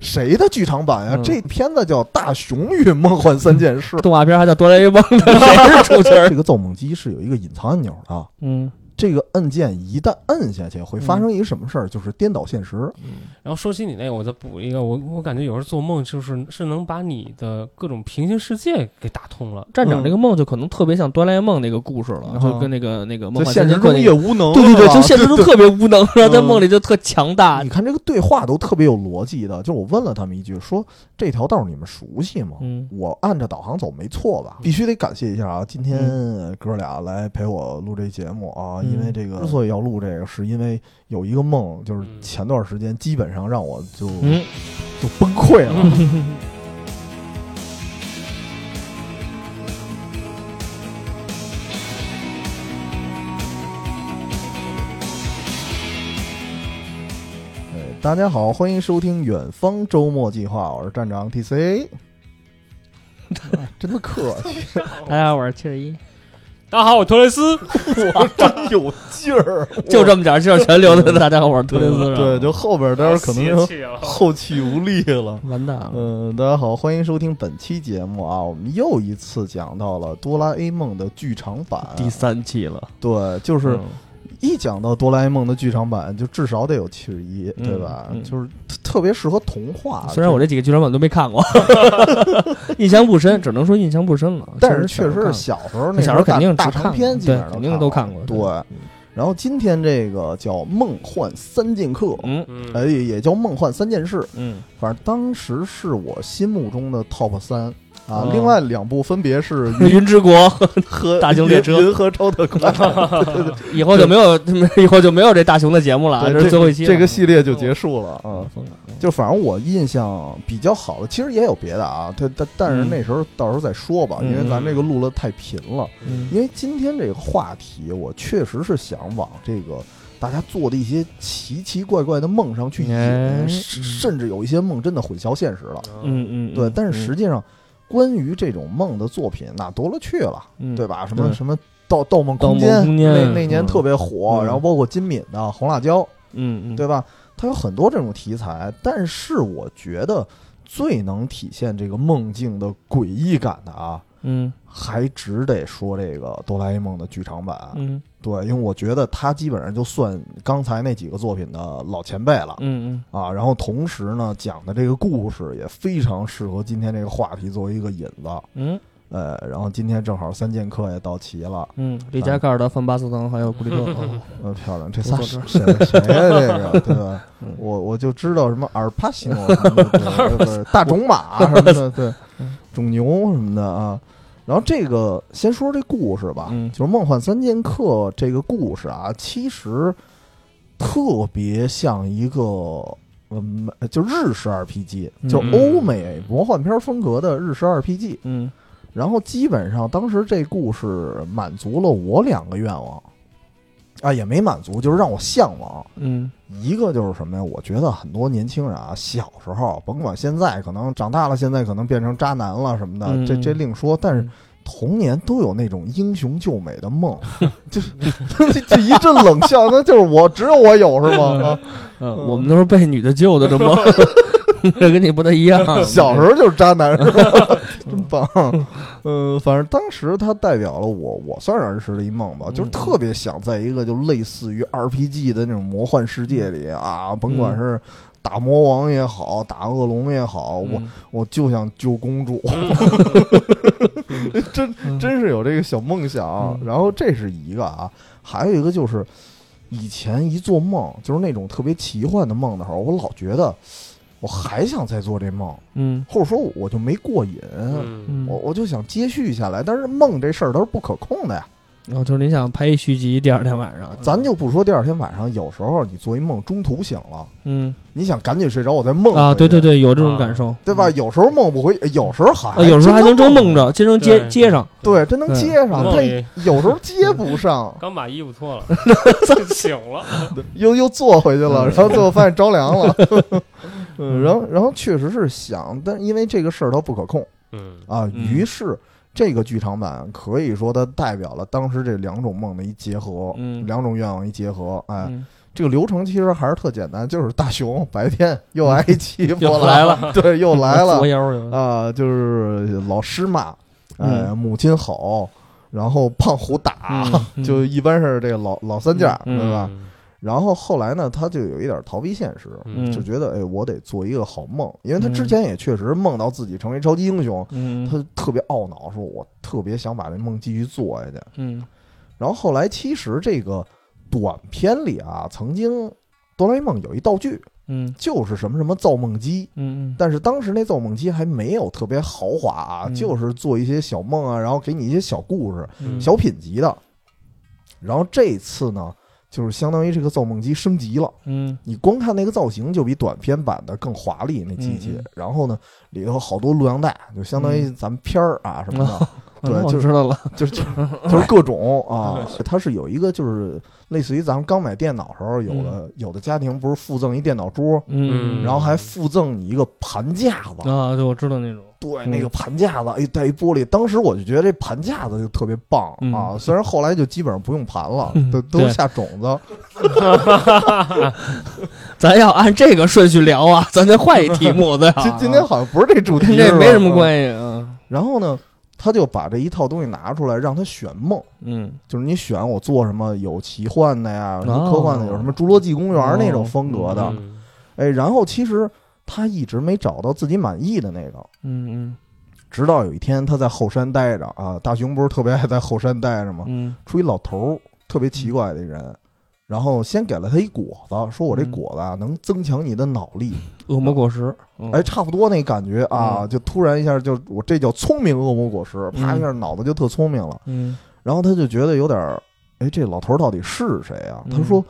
谁的剧场版呀、嗯这片子叫《大雄与梦幻三件 事》动画片还叫哆啦 A 梦呢，谁是主角儿？这个造梦机是有一个隐藏按钮的， 嗯，这个按键一旦摁下去，会发生一个什么事儿？就是颠倒现实。然后说起你那个，我再补一个，我我感觉有时候做梦就是是能把你的各种平行世界给打通了。站长这个梦就可能特别像哆啦 A 梦那个故事了，嗯就跟那个那个梦在幻现实三剑客中那也个。无能，对对对，是吧就现实 中对特别无能，然后在嗯梦里就特强大你。看这个对话都特别有逻辑的，就是我问了他们一句，说这条道你们熟悉吗？嗯我按着导航走没错吧？必须得感谢一下啊！今天呃哥俩来陪我录这节目啊，嗯因为这个之所以要录这个，是因为有一个梦，就是嗯前段时间基本上让我就嗯，就崩溃了。哎大家好，欢迎收听《远方周末计划》，我是站长 T C。哎真的客气，大家好，我是七十一，大家好，我托雷斯，我真有劲儿， 就这么点儿，就是全留的。大家好，我是特雷斯，是吧对，就后边待会儿可能就气了。后继无力了。完蛋了。嗯、大家好，欢迎收听本期节目啊！我们又一次讲到了《哆啦 A 梦》的剧场版。第三期了，对，就是嗯一讲到《哆啦 A 梦》的剧场版，就至少得有七十一，嗯对吧？嗯就是特特别适合童话。虽然我这几个剧场版都没看 过，印象不深，只能说印象不深了。但是确确实是实小时候那小时候大肯定是大看长过篇，基本对上肯定都看过对，然后今天这个叫《梦幻三剑客》，嗯哎，嗯，也叫《梦幻三件事》。嗯反正当时是我心目中的 top 三啊哦，另外两部分别 是《 《云之国》和大型列车啊云和超 特快，以后就没有，以后就没有这大熊的节目了，对这是最后一期了。这个系列就结束了啊嗯。疯了就反正我印象比较好的，其实也有别的啊，但但但是嗯那时候到时候再说吧，因为嗯咱这个录了太频了。嗯因为今天这个话题，我确实是想往这个大家做的一些奇奇怪怪的梦上去引，哎甚甚至有一些梦真的混淆现实了。嗯嗯，嗯对，但是嗯实际上，关于这种梦的作品那多了去了，嗯对吧？什么对什么《盗盗梦空盗间梦》空间那那年嗯特别火，嗯然后包括金敏的《红辣椒》，嗯嗯对吧？它有很多这种题材，但是我觉得最能体现这个梦境的诡异感的啊，嗯还只得说这个《哆啦 A 梦》的剧场版。嗯对，因为我觉得它基本上就算刚才那几个作品的老前辈了。嗯啊，然后同时呢，讲的这个故事也非常适合今天这个话题作为一个引子。嗯呃，然后今天正好三剑客也到齐了，嗯，里加卡尔达、范巴斯滕还有古力特，哦呃，漂亮，这不仨错谁谁呀、这个对吧 嗯？我我就知道什么阿尔帕西诺什么的，对对对大种马啊什么的，对 嗯，种牛什么的啊。然后这个先说这故事吧，嗯就是《梦幻三剑客》这个故事啊，其实特别像一个。嗯，就日式 RPG，就嗯欧美魔幻片风格的日式 RPG。嗯然后基本上当时这故事满足了我两个愿望，啊，也没满足，就是让我向往。嗯一个就是什么呀？我觉得很多年轻人啊，小时候甭管现在，可能长大了，现在可能变成渣男了什么的，嗯这这另说。但是嗯童年都有那种英雄救美的梦， 就是这一阵冷笑，那就是我，只有我有是吗？啊嗯，我们都是被女的救的，这梦，这跟你不太一样。小时候就是渣 男，是吧？真棒。嗯，反正当时它代表了我，我算是儿时的一梦吧，嗯就是特别想在一个就类似于 RPG 的那种魔幻世界里嗯啊，甭管是打魔王也好，打恶龙也好，我嗯我就想救公 主，真嗯真是有这个小梦想嗯。然后这是一个啊，还有一个就是以前一做梦，就是那种特别奇幻的梦的时候，我老觉得我还想再做这梦。嗯或者说我就没过瘾，嗯，嗯，我我就想接续下来。但是梦这事儿它是不可控的呀，然后就是你想拍一续集，第二天晚上，咱就不说第二天晚上，有时候你做一梦中途醒了，嗯你想赶紧睡着，我再梦啊，回去对对，对，有这种啊感受，对吧？嗯？有时候梦不回，有时候还、啊，有时候还能真梦着，着，真能接对接上，对，真能对接上，梦但里嗯有时候接不上，刚把衣服脱了，醒了。又又坐回去了，嗯然后最后发现着凉了。 嗯，然后然后确实是想，但因为这个事儿它不可控嗯啊，嗯于是。这个剧场版可以说它代表了当时这两种梦的一结合，嗯两种愿望一结合，哎，嗯这个流程其实还是特简单，就是大熊白天又挨欺负又来了，对，又来了 作，妖儿啊、就是老师骂，呃，母亲吼，然后胖虎打，嗯嗯 就一般是这个老老三件，嗯对吧？嗯？然后后来呢，他就有一点逃避现实，嗯就觉得哎，我得做一个好梦，因为他之嗯前也确实梦到自己成为超级英雄，嗯他特别懊恼，说我特别想把这梦继续做下去。嗯然后后来其实这个短片里啊，曾经哆啦 A 梦有一道具，嗯就是什么什么造梦机。嗯但是当时那造梦机还没有特别豪华啊，嗯就是做一些小梦啊，然后给你一些小故事、嗯小品集的。然后这次呢，就是相当于这个造梦机升级了，嗯你光看那个造型就比短片版的更华丽那机器。嗯嗯然后呢，里头好多录像带，就相当于咱们片儿啊什么的，对嗯，我就是知道了， 就是就是就是各种啊，它是有一个就是类似于咱们刚买电脑时候有的有的家庭不是附赠一电脑桌，嗯，然后还附赠你一个盘架子。啊，对，我知道那种，对，嗯那个盘架子，哎，带一玻璃。当时我就觉得这盘架子就特别棒、嗯啊，虽然后来就基本上不用盘了，嗯都都对啊下种子。咱要按这个顺序聊啊，咱再换一题目，对 吧今、今天好像不是这嗯主题，跟 这没什么系。关系啊，然后呢，他就把这一套东西拿出来，让他选梦，嗯就是你选我做什么，有奇幻的呀，有什么哦科幻的，有什么《侏罗纪公园》那种风格的。嗯嗯哎，然后其实他一直没找到自己满意的那个，嗯直到有一天他在后山待着啊，大熊不是特别爱在后山待着吗？嗯出一老头儿，特别奇怪的一人，然后先给了他一果子，说我这嗯果子啊能增强你的脑力，嗯，恶魔果实，哎，，差不多那感觉啊，嗯就突然一下就我这叫聪明恶魔果实，啪嗯一下脑子就特聪明了，嗯然后他就觉得有点儿，哎，这老头儿到底是谁啊？他嗯说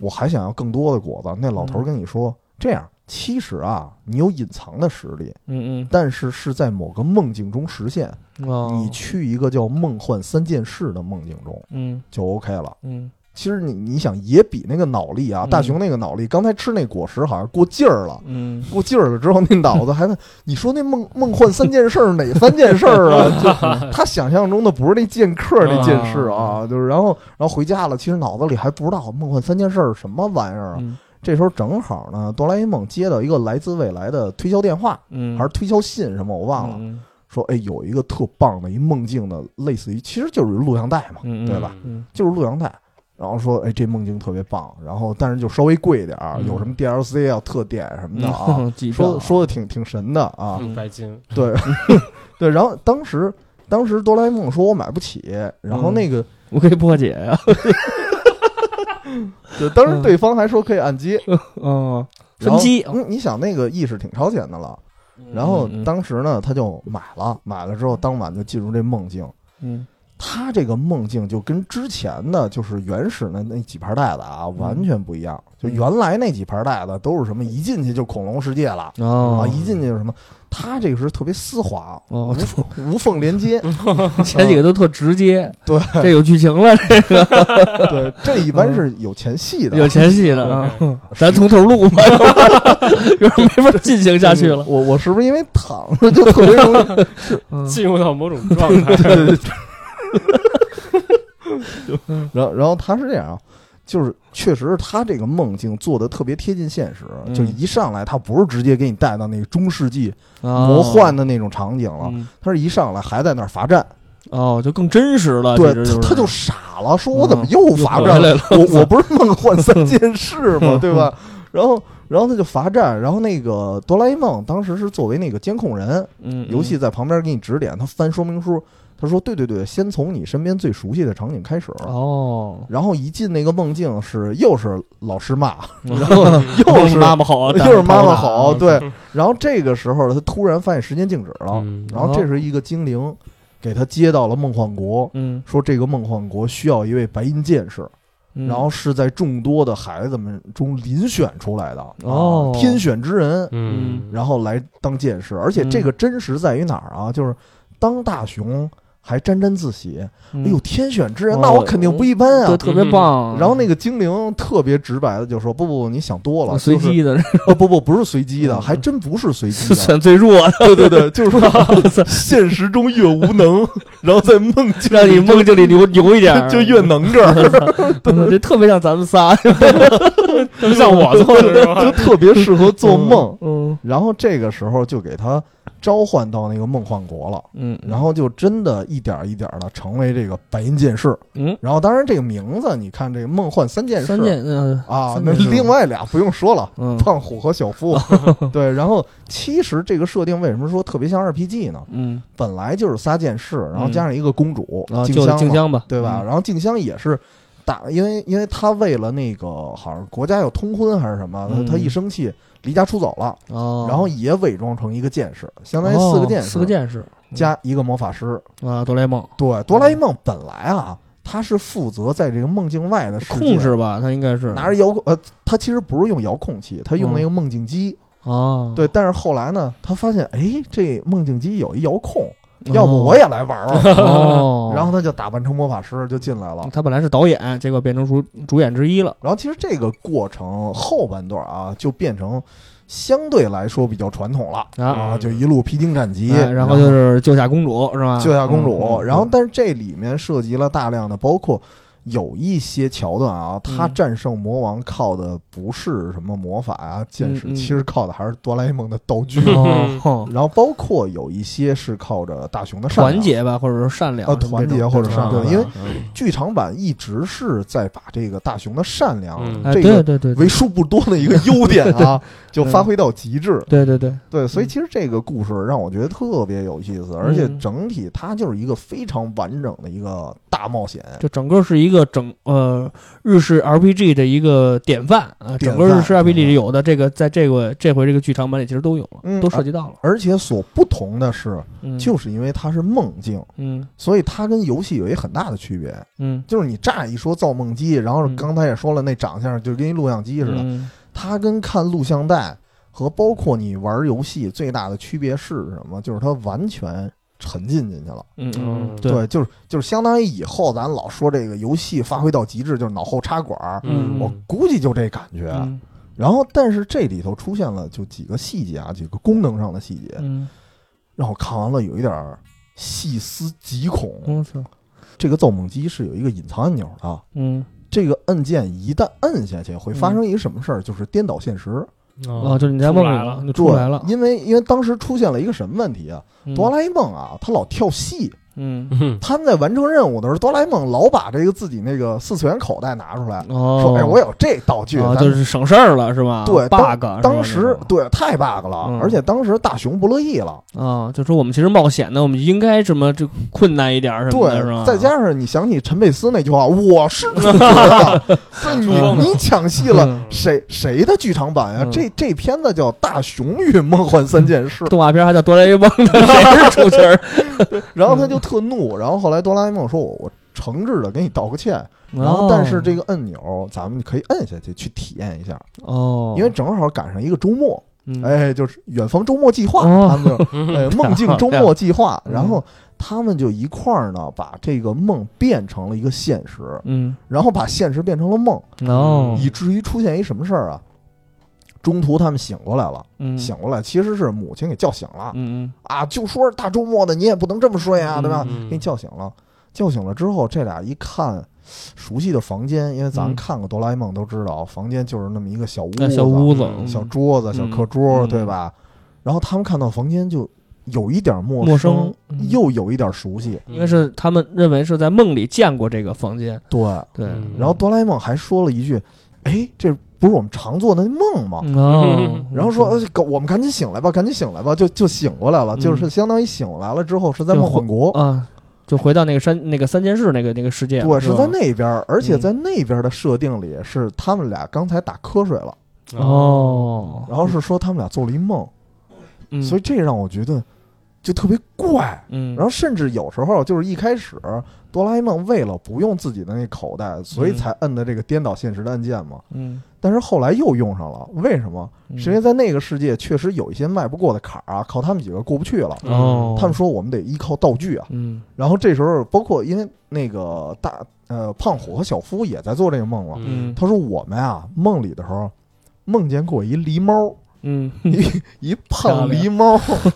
我还想要更多的果子，那老头儿跟你说这样。其实啊，你有隐藏的实力，嗯但是是在某个梦境中实现。嗯，哦，你去一个叫“梦幻三件事”的梦境中嗯就 OK 了。嗯其实你你想，也比那个脑力啊，嗯大熊那个脑力，刚才吃那果实好像过劲儿了。嗯，过劲儿了之后，那脑子还能……你说那梦梦幻三件事儿哪三件事儿啊？ 就他想象中的不是那剑客那件事啊，就是然后然后回家了，其实脑子里还不知道梦幻三件事儿什么玩意儿啊。嗯这时候正好呢，哆啦 A 梦接到一个来自未来的推销电话，嗯，还是推销信什么我忘了，嗯说哎有一个特棒的一梦境的，类似于其实就是录像带嘛，嗯，对吧？嗯就是录像带。然后说，哎，这梦境特别棒，然后但是就稍微贵点儿，嗯有什么 DLC 啊、特点什么的啊，嗯， 记说着说的挺挺神的啊，嗯白金， 对对。然后当时当时哆啦 A 梦说我买不起，然后嗯那个、我可以破解 呀，就当时对方还说可以按揭，嗯，然分后机，嗯，你想那个意识挺超前的了。然后嗯嗯当时呢，他就买了，买了之后当晚就进入这梦境。嗯他这个梦境就跟之前的就是原始的那几盘带子啊，嗯完全不一样。就原来那几盘带子都是什么，一进去就恐龙世界了。啊，哦，一进去就什么，他这个是特别丝滑，哦，无缝连接。 前几个都特直接，对这有剧 情了，这个嗯对，这一般是有前戏的，有前戏的啊，咱从头录吧，有点没法进行下去了。我我是不是因为躺着就特别容易？。嗯进入到某种状态 嗯对对对 对。然后然后他是这样啊，就是确实他这个梦境做的特别贴近现实，嗯就一上来他不是直接给你带到那个中世纪啊魔幻的那种场景了，嗯他是一上来还在那儿罚站，哦，就更真实了。对其实他他就是傻了，说我怎么又罚又站回来了了？我我不是梦幻三件事吗？对吧？然后然后他就罚站，然后那个哆啦 A 梦当时是作为那个监控人，嗯游戏在旁边给你指点，他翻说明书，他说对对对，先从你身边最熟悉的场景开始。嗯哦，然后一进那个梦境是又是老师骂，然后 又是嗯妈妈好，又是妈妈哦吼，对。然后这个时候他突然发现时间静止了，嗯然后这是一个精灵给他接到了梦幻国，嗯，说这个梦幻国需要一位白银剑士，嗯，然后是在众多的孩子们中遴选出来的哦啊天选之人，嗯，嗯然后来当剑士。而且这个真实在于哪儿啊？就是当大雄还沾沾自喜。嗯哎呦，天选之人，哦那我肯定不一般对，啊！特别棒。嗯然后那个精灵特别直白的就说：“不不，不，你想多了，随就是机的，哦，不不，不是随机的，嗯还真不是随机是的。选最弱的，对对 对，就是说现实中越无能，然后在梦境让你里就梦境里牛牛一点 儿，就越能 这儿，嗯这特别像咱们仨，就像我 做的是吧？就特别适合 做梦。嗯然后这个时候就给他召唤到那个梦幻国了。”嗯，然后就真的一点儿一点的成为这个白银剑士，嗯，然后当然这个名字，你看这个梦幻三剑士三件嗯啊，三那剑士另外俩不用说了，嗯胖虎和小 夫，对。然后其实这个设定为什么说特别像 RPG 呢？嗯本来就是仨剑士，然后嗯加上一个公主啊，静就香静嘛，香吧，对吧？嗯？然后静香也是打，因为因为她为了那个好像国家要通婚还是什么，她嗯她一生气离家出走了，哦，然后也伪装成一个剑士，相当于四个剑哦士，四个剑士加一个魔法师，啊，哆啦 A 梦对，哆啦 A 梦本来啊，他是负责在这个梦境外的世界控，制吧，他应该是拿着遥控，呃，他其实不是用遥控器，他用那个梦境机。啊，对，但是后来呢，他发现，哎，这梦境机有一遥控，哦，要不我也来玩玩。 哦，然后他就打扮成魔法师就进来了。他本来是导演，结果变成主主演之一了，然后其实这个过程后半段啊，就变成相对来说比较传统了啊，啊，就一路披荆斩棘，哎然后就是救下公主是吧？救下公主。嗯然后，但是这里面涉及了大量的，包括有一些桥段啊，他嗯战胜魔王靠的不是什么魔法啊、剑士，嗯嗯其实靠的还是哆啦 A 梦的道具。哦哼然后，包括有一些是靠着大雄的善良团。结吧，或者说善良啊团结这种或者对善良吧因为嗯剧场版一直是在把这个大雄的善良、嗯哎，这对个对对，对为数不多的一个优点 啊，就发挥到极致。对对对，对，所以其实这个故事让我觉得特别有意嗯思，而且整体它就是一个非常完整的一个大冒险。就整个是一个整呃日式 RPG 的一个典范啊，整个典日范式 RPG 里有的这个，在这个这回这个剧场版里其实都有了，嗯都涉及到了，而且所不同的是，嗯就是因为它是梦境，嗯所以它跟游戏有一很大的区别。嗯，就是你乍一说造梦机，然后嗯刚才也说了，那长相就跟一录像机似的。嗯它跟看录像带和包括你玩游戏最大的区别是什么？就是它完全沉浸进去了。嗯嗯，嗯对，就是就是相当于以后咱老说这个游戏发挥到极致，就是脑后插管儿。嗯我估计就这感觉。啊嗯然后，但是这里头出现了就几个细节啊，几个功能上的细节。嗯，让我看完了有一点儿细思极恐。我操，这个造梦机是有一个隐藏按钮的啊，嗯这个按键一旦摁下去，会发生一个什么事儿？就是颠倒现实。哦，哦，就是你在梦出里来了就出来了对，因为因为当时出现了一个什么问题啊？嗯哆啦 A 梦啊，他老跳戏，嗯 嗯他们在完成任务的时候，哆啦 A 梦老把这个自己那个四次元口袋拿出嗯来，哦，说：“哎，我有这道具。啊，咱就是省事儿了是吧？对当 bug，是吧当时这种对太 bug 了嗯，而且当时大雄不乐意了。啊，就说我们其实冒险呢，我们应该什么这困难一点儿什么的，是吧？对，再加上你想起陈佩斯那句话：“我是 主角啊，这你嗯你抢戏了。”嗯谁谁的剧场版呀、嗯这这片子叫《大雄与梦幻三件 事》，动画片还叫哆啦 A 梦 的谁是主角儿？然嗯后他就特怒，然后后来哆啦 A 梦说我我诚挚的给你道个哦歉，然后但是这个按钮咱们可以摁下去去体验一下，哦，因为正好赶上一个周末，嗯哎，就是远方周末计划，哦他们就哎梦境周末计划，嗯然后他们就一块儿呢把这个梦变成了一个现实，嗯然后把现实变成了梦，哦，以至于出现一什么事儿啊？中途他们醒过来了，嗯醒过来其实是母亲给叫醒了嗯嗯啊，就说大周末的你也不能这么睡啊，对吧？嗯嗯给你叫醒了，叫醒了之后，这俩一看熟悉的房间，因为咱们看过哆啦 A 梦都知道，房间就是那么一个小屋那子、嗯呃小屋子嗯小桌子、小嗯课桌，嗯对吧？然后他们看到房间就有一点陌陌生嗯又有一点熟悉，应该是他们认为是在梦里见过这个房间，对。对，嗯然后哆啦 A 梦还说了一句：“哎，这不是我们常做的那梦吗？”嗯哦，然后说，呃，搞我们赶紧醒来吧，赶紧醒来吧，就就醒过来了，嗯就是相当于醒来了之后是在梦幻国，啊，就回到那个山那个三件事那个那个世界了，哦对，是是吧嗯在那边儿，而且在那边的设定里是他们俩刚才打瞌睡了，哦，哦，然后是说他们俩做了一梦，嗯所以这让我觉得就特别怪。嗯，然后甚至有时候就是一开始哆啦 A 梦为了不用自己的那口袋，所以才摁的这个颠倒现实的按键嘛。嗯，但是后来又用上了，为什么？嗯是因为在那个世界确实有一些迈不过的坎儿啊，靠他们几个过不去了。嗯哦，他们说我们得依靠道具啊。嗯然后这时候，包括因为那个大呃胖虎和小夫也在做这个梦了。嗯他说我们啊梦里的时候梦见过一狸 猫，嗯，一胖狸猫，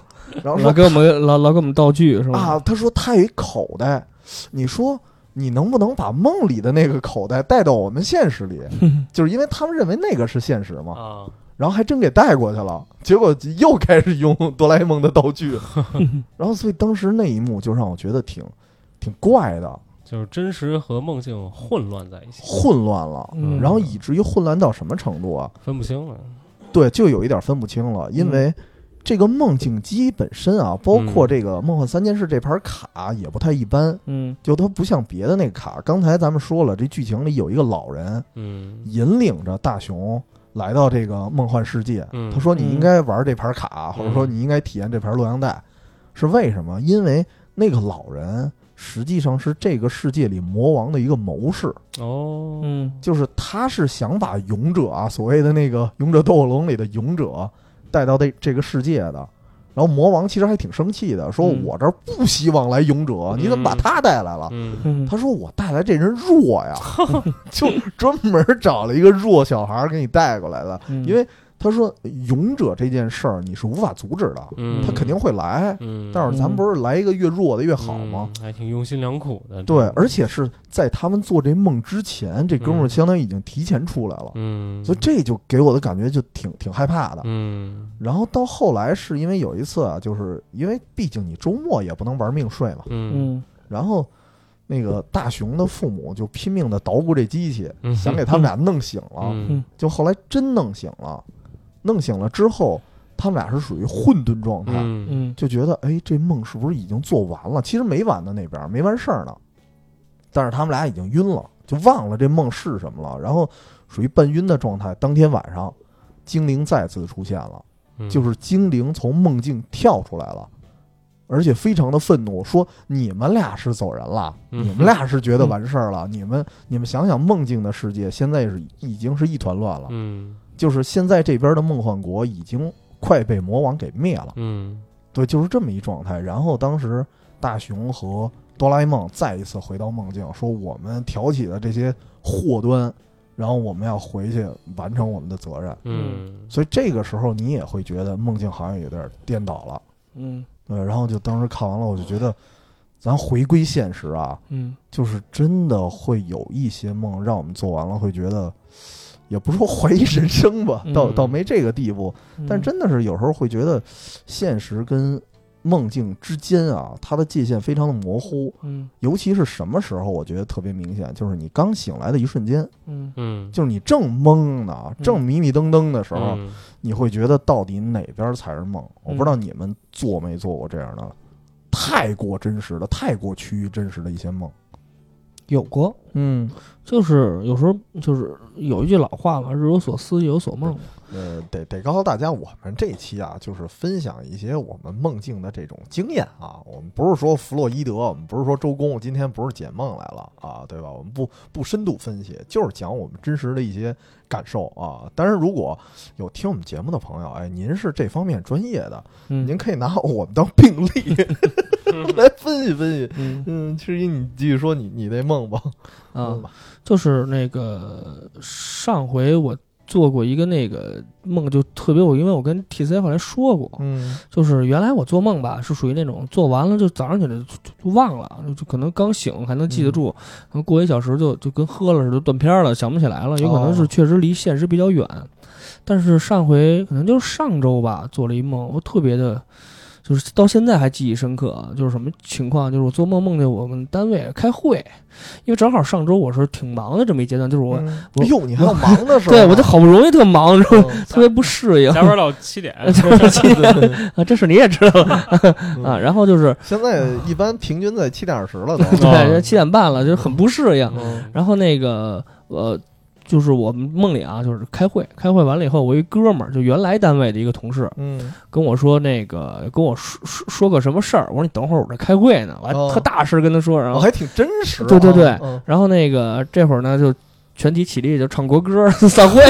然后老说给我们老老给我们道具是吧？嗯啊，他说他有一口袋，你说你能不能把梦里的那个口袋带到我们现实 里？就是因为他们认为那个是现实嘛，啊，然后还真给带过去了，结果又开始用哆啦 A 梦的道 具，然后所以当时那一幕就让我觉得挺挺怪的，就是真实和梦境混乱在一起，混乱了。嗯，然后以至于混乱到什么程度啊？分不清了。对，就有一点分不清了，因为这个梦境机本身啊，包括嗯这个梦幻三件事这盘卡也不太一般，嗯就它不像别的那个卡。刚才咱们说了，这剧情里有一个老人嗯引领着大雄来到这个梦幻世界，嗯他说你应该玩这盘卡，或者说嗯你应该体验这盘洛阳带，是为什么？因为那个老人实际上是这个世界里魔王的一个谋士，哦，嗯就是他是想把勇者啊，所谓的那个《勇者斗恶龙》里的勇者带到这这个世界的。然后魔王其实还挺生气的，说嗯我这儿不希望来勇者，你怎么把他带来了？嗯嗯，他说我带来这人弱 呀，就专门找了一个弱小孩儿给你带过来的。嗯嗯因为他说勇者这件事儿你是无法阻止的，嗯，他肯定会来。嗯，但是咱们不是来一个越弱的越好吗？嗯？还挺用心良苦的。对，而且是在他们做这梦之前，这哥们儿嗯相当于已经提前出来了，嗯，所以这就给我的感觉就挺挺害怕的。嗯然后到后来是因为有一次啊，就是因为毕竟你周末也不能玩命睡嘛，嗯嗯然后那个大雄的父母就拼命的捣鼓这机器，嗯，想给他们俩弄醒了，嗯就后来真弄醒了，弄醒了之后，他们俩是属于混沌状态，嗯嗯就觉得哎，这梦是不是已经做完了？其实没完呢，那边没完事儿呢。但是他们俩已经晕了，就忘了这梦是什么了，然后属于半晕的状态。当天晚上，精灵再次出现了，嗯，就是精灵从梦境跳出来了，而且非常的愤怒，说你们俩是走人了，嗯你们俩是觉得完事儿了，你们你们想想梦境的世界现在是已经是一团乱了，嗯就是现在这边的梦幻国已经快被魔王给灭了。嗯对，就是这么一状态。然后当时大雄和哆啦 A 梦再一次回到梦境，说我们挑起的这些祸端，然后我们要回去完成我们的责任。嗯所以这个时候你也会觉得梦境好像有点颠倒了，嗯对。然后就当时看完了，我就觉得，咱回归现实啊，嗯就是真的会有一些梦让我们做完了会觉得，也不是说怀疑人生吧，倒嗯倒没这个地步，嗯，但真的是有时候会觉得，现实跟梦境之间啊，它的界限非常的模糊。嗯尤其是什么时候，我觉得特别明显，就是你刚醒来的一瞬间，嗯嗯，就是你正懵呢，嗯正迷迷瞪瞪的时候，嗯你会觉得到底哪边才是梦？我不知道你们做没做过这样的，太过真实的、太过趋于真实的一些梦。有过，嗯，就是有时候就是有一句老话嘛，日有所思，夜有所梦嘛。呃，得得告诉大家，我们这期啊，就是分享一些我们梦境的这种经验啊。我们不是说弗洛伊德，我们不是说周公，今天不是解梦来了啊，对吧？我们不不深度分析，就是讲我们真实的一些感受啊。当然，如果有听我们节目的朋友，哎，您是这方面专业的，嗯，您可以拿我们当病例来分析分析。嗯嗯，其实你继续说你你那梦吧。嗯啊梦，吧，就是那个上回我做过一个那个梦，就特别我，因为我跟 T C 后来说过，嗯就是原来我做梦吧，是属于那种做完了就早上起来就就就忘了，就就可能刚醒还能记得住，然后过一小时就就跟喝了似的断片儿了，想不起来了，有可能哦是确实离现实比较远。但是上回可能就是上周吧，做了一梦，我特别的。就是到现在还记忆深刻啊，就是什么情况？就是我做梦梦见我们单位开会，因为正好上周我是挺忙的这么一阶段，就是我、我哎呦，你还有忙的时候啊， 对我就好不容易特忙，然后嗯特别不适 应。加班到七 点， 啊，这事你也知道了啊。然后就是嗯现在一般平均 在七点二十了都。对，七点半了，就是很不适应。嗯然后那个呃，就是我们梦里啊，就是开会，开会完了以后，我一哥们儿，就原来单位的一个同事，嗯，跟我说那个跟我说说说个什么事儿，我说你等会儿我这开会呢，我还哦特大声跟他说，然我后、还挺真实啊。对对对嗯然后那个这会儿呢就全体起立就唱国歌 散会，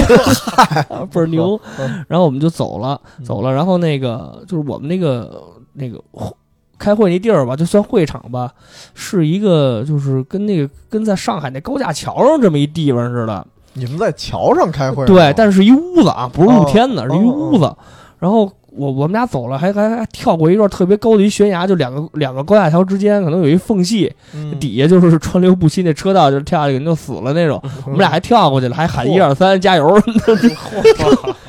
倍儿牛嗯，然后我们就走了嗯走了，然后那个就是我们那个那个会开会那地儿吧，就算会场吧，是一个就是跟那个跟在上海那高架桥上这么一地方似的，你们在桥上开会是吗？对，但是一屋子啊，不是露天的，哦是一屋子。然后我我们俩走了，还还还跳过一段特别高的一悬崖，就两个两个高架桥之间可能有一缝隙，嗯 底下就是川流不息那车道，就跳下去人就死了那种。嗯我们俩还跳过去了，还喊嚯一二三加油，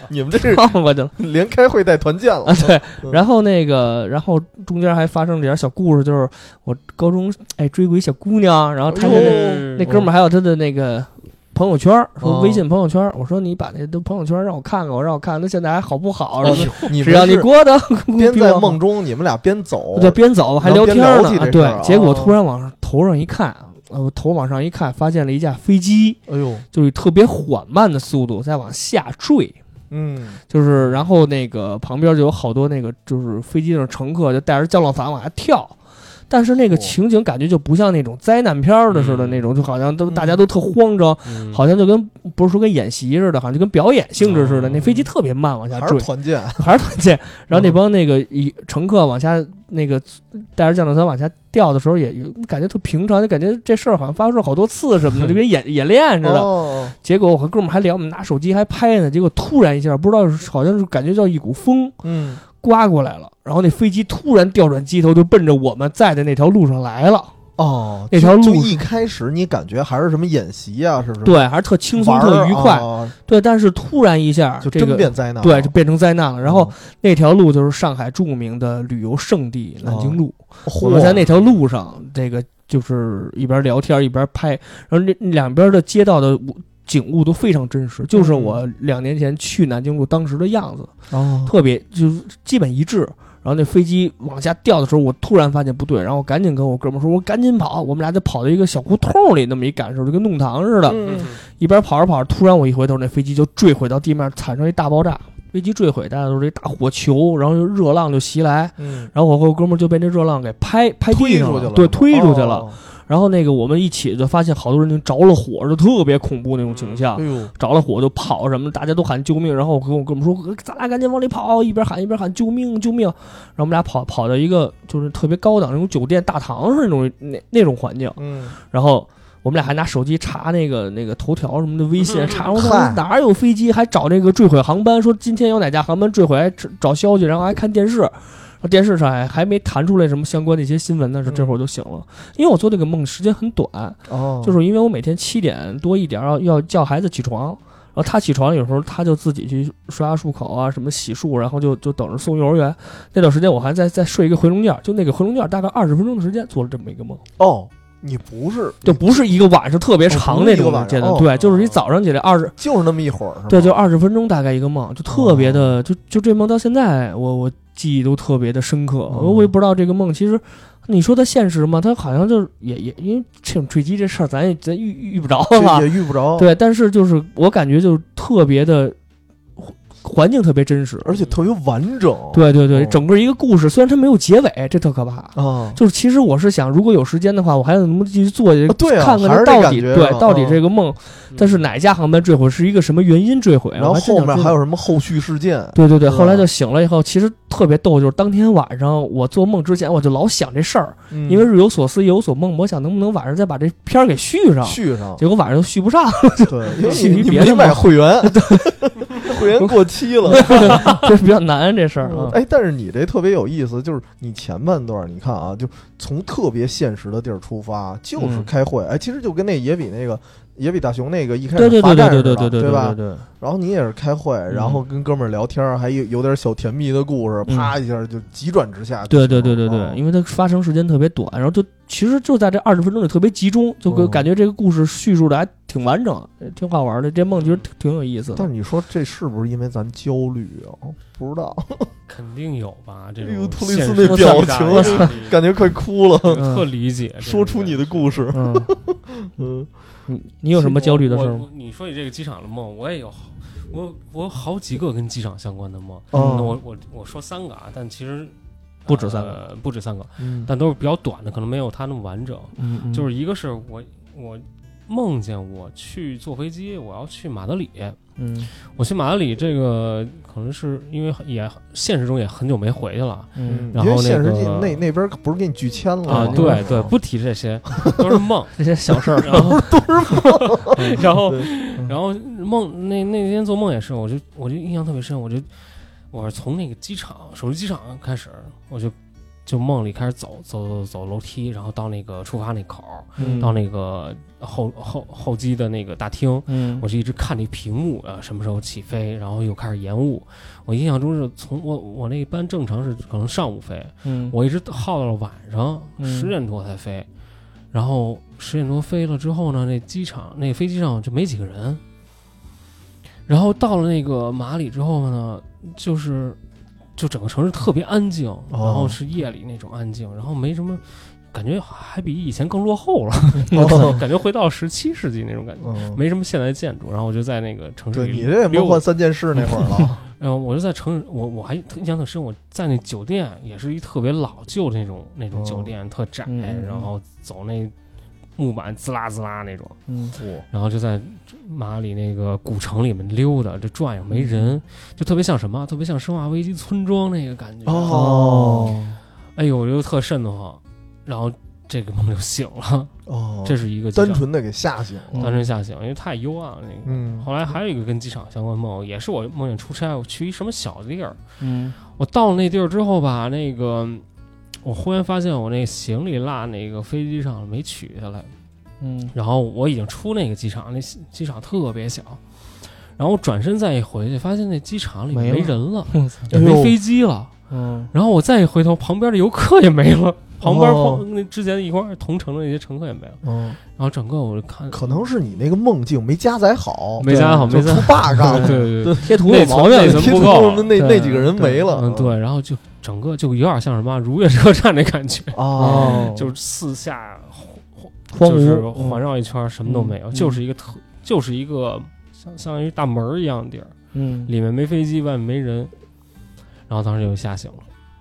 你们这是跳过 去了连开会带团建啊了。。对，然后那个，然后中间还发生了点小故事，就是我高中哎追过一小姑娘，然后她哎呦跟那嗯那哥们儿还有他的那个朋友圈儿，哦说微信朋友圈儿，我说你把那都朋友圈儿让我看看，我让我看看他现在还好不 好。哦什么你只要们你是过得边比在我梦中，你们俩边走好，，对，边走还然后聊边天儿聊呢起，啊这事儿对啊，结果突然往上头上一看，呃，我头往上一看，发现了一架飞机，哎呦，就是特别缓慢的速度在往下坠。嗯，就是，然后那个旁边就有好多那个就是飞机上乘客就带着降落伞往下跳，但是那个哦情景感觉就不像那种灾难片儿的似的嗯那种，就好像都嗯大家都特慌张，嗯好像就跟不是说跟演习似的，好像就跟表演性质似的，哦那飞机特别慢往下还是坠，团建，还是团建。然后那帮那个一乘客往下那个带着降落伞往下掉的时候也，有感觉特平常，就感觉这事儿好像发生好多次什么的，就跟演演练似的。哦，结果我和哥们儿还聊，我们拿手机还拍呢，结果突然一下，不知道是好像是感觉叫一股风嗯，刮过来了，然后那飞机突然调转机头，就奔着我们在的那条路上来了。哦，那条就就路一开始你感觉还是什么演习啊，是不是？对，还是特轻松、玩儿特愉快。啊对，但是突然一下，就这真个变灾难了。啊对，就变成灾难了。然后哦，那条路就是上海著名的旅游胜地南京哦路，我嚯们在那条路上，这个就是一边聊天一边拍，然后那那两边的街道的物景物都非常真实，就是嗯我两年前去南京路当时的样子，哦，特别就是基本一致。然后那飞机往下掉的时候，我突然发现不对，然后我赶紧跟我哥们儿说，我赶紧跑，我们俩就跑到一个小胡同里，那么一感受就跟弄堂似的，嗯嗯一边跑着跑着，突然我一回头，那飞机就坠毁到地面，产生一大爆炸。飞机坠毁，大家都是一大火球，然后就热浪就袭来，嗯，然后我和我哥们儿就被那热浪给拍拍地推上出去了，对，推出去了。哦。然后那个我们一起就发现好多人就着了火，就特别恐怖那种景象哎。呦，着了火就跑什么的，大家都喊救命。然后我跟我哥们说，呃咱俩赶紧往里跑，一边喊一边喊救命救命。然后我们俩跑跑到一个就是特别高档那种酒店大堂是那种那那种环境，嗯，然后我们俩还拿手机查那个那个头条什么的微信，查我嗨哪儿有飞机，还找那个坠毁航班，说今天有哪架航班坠毁，还找找消息，然后还看电视，然后电视上还还没弹出来什么相关的一些新闻呢，这嗯这会儿我就醒了，因为我做这个梦时间很短，哦，就是因为我每天七点多一点要要叫孩子起床。然后他起床，有时候他就自己去刷漱口啊，什么洗漱，然后就就等着送幼儿园。那段时间我还在在睡一个回笼觉，就那个回笼觉大概二十分钟的时间做了这么一个梦。哦，你不是，就不是一个晚上特别长那种阶段，哦哦不是一个晚上对，哦就是你早上起来二十，就是那么一会儿，是吧对，就二十分钟大概一个梦，就特别哦的，就就这梦到现在，我我记忆都特别的深刻，哦我也不知道这个梦其实。你说它现实吗？它好像就是也也因为这种坠机这事儿，咱也咱遇遇不着这嘛。也遇不着，，对，但是就是我感觉就是特别的环环境特别真实，而且特别完整，对对对，哦整个一个故事虽然它没有结尾，这特可怕。啊，就是其实我是想，如果有时间的话，我还能不能继续做下去啊，对啊看看还它是这到感底觉对啊到底嗯这个梦，它是哪架航班坠毁，是一个什么原因坠毁？啊然后我还真后想面知道还有什么后续事件？对对对，是吧后来就醒了以后，其实特别逗，就是当天晚上我做梦之前，我就老想这事儿，嗯因为日有所思夜有所梦，我想能不能晚上再把这片儿给续上，续上，结果晚上就续不 上， 对，因为续你于你别的没买嘛会员， 会员过期了。这比较难这事儿啊。哎，但是你这特别有意思，就是你前半段儿你看啊，就从特别现实的地儿出发，就是嗯开会，哎，其实就跟那野比那个野比大雄那个一开对始对罚对对站对似对的，对对吧对？对，然后你也是开会，然后跟哥们儿聊天儿，还有有点小甜蜜的故事，嗯啪一下就急转直下就啊对行了。对对对对哦，因为它发生时间特别短，然后就其实就在这二十分钟里特别集中，就给嗯感觉这个故事叙述的还挺完嗯整，挺好玩的。这梦其实挺挺有意思的但。是你说这是不是因为咱焦虑啊？不知道，肯定有吧？这 哎呦种托雷斯现那实表大情啊压力感觉快哭了。我特理解。说出你的故事，嗯，嗯，你你有什么焦虑的事我儿我吗？你说起这个机场的梦，我也有，我我有好几个跟机场相关的梦。嗯那哦，我我我说三个啊，但其实不止三个呃不止三个，嗯但都是比较短的，可能没有他那么完整。嗯，嗯就是一个是我我梦见我去坐飞机，我要去马德里，嗯我去马德里这个可能是因为也现实中也很久没回去了。嗯，。然因为后那现实个界那那边不是给你拒签了啊吗，对对，不提这些，都是梦这些小 事儿，然后 然后对嗯然后梦那那天做梦也是，我就我就印象特别深，我就我是从那个机场首都机场开始，我就就梦里开始走走走走楼梯，然后到那个出发那口儿，嗯到那个候候候机的那个大厅，嗯我是一直看那屏幕啊，什么时候起飞，然后又开始延误。我印象中是从我我那一班正常是可能上午飞，嗯我一直耗到了晚上嗯十点多才飞，然后十点多飞了之后呢，那机场那飞机上就没几个人，然后到了那个马里之后呢，就是就整个城市特别安静，然哦后是夜里那种安静，然后没什么。感觉还比以前更落 后了，哦感觉回到十七世纪那种感觉。嗯，没什么现代建筑，然后我就在那个城市对里你溜这达。梦幻三件事那会儿 了，然呃后我就在城，我我还印象特深，我在那酒店也是一特别老旧的那种那种哦酒店，特窄，嗯嗯嗯然后走那木板滋啦滋啦那种，嗯然后就在马里那个古城里面溜达，就转悠，没嗯人，就特别像什么，特别像《生化危机》村庄那个感觉。哦哦，哎呦，我就特瘆得慌，然后这个梦就醒了，哦，这是一个机单场纯的给吓醒哦了，单纯吓醒，因为太幽暗了那个。嗯，后来还有一个跟机场相关的梦，也是我梦见出差，我去一什么小地儿，嗯我到那地儿之后吧，那个我忽然发现我那行李落那个飞机上了没取下来，嗯然后我已经出那个机场，那机场特别小，然后我转身再一回去，发现那机场里没没了人了，我操也哎没呦飞机了。嗯然后我再一回头，旁边的游客也没了，旁边哦旁那之前一块儿同城的那些乘客也没了。嗯，然后整个我就看，可能是你那个梦境没加载好，没加好，就没出加好， bug 了， 对啊对对，贴图内有存毛病，内存贴不图够啊那那对那几个人没了，嗯对，然后就整个就有点像什么如月车站那感觉，哦，就是四下荒环就是芜环绕一圈，什么都没有，嗯就是一个特，就是一个相相当于大门儿一样的地儿，嗯里面没飞机，外面没人，然后当时就吓醒了，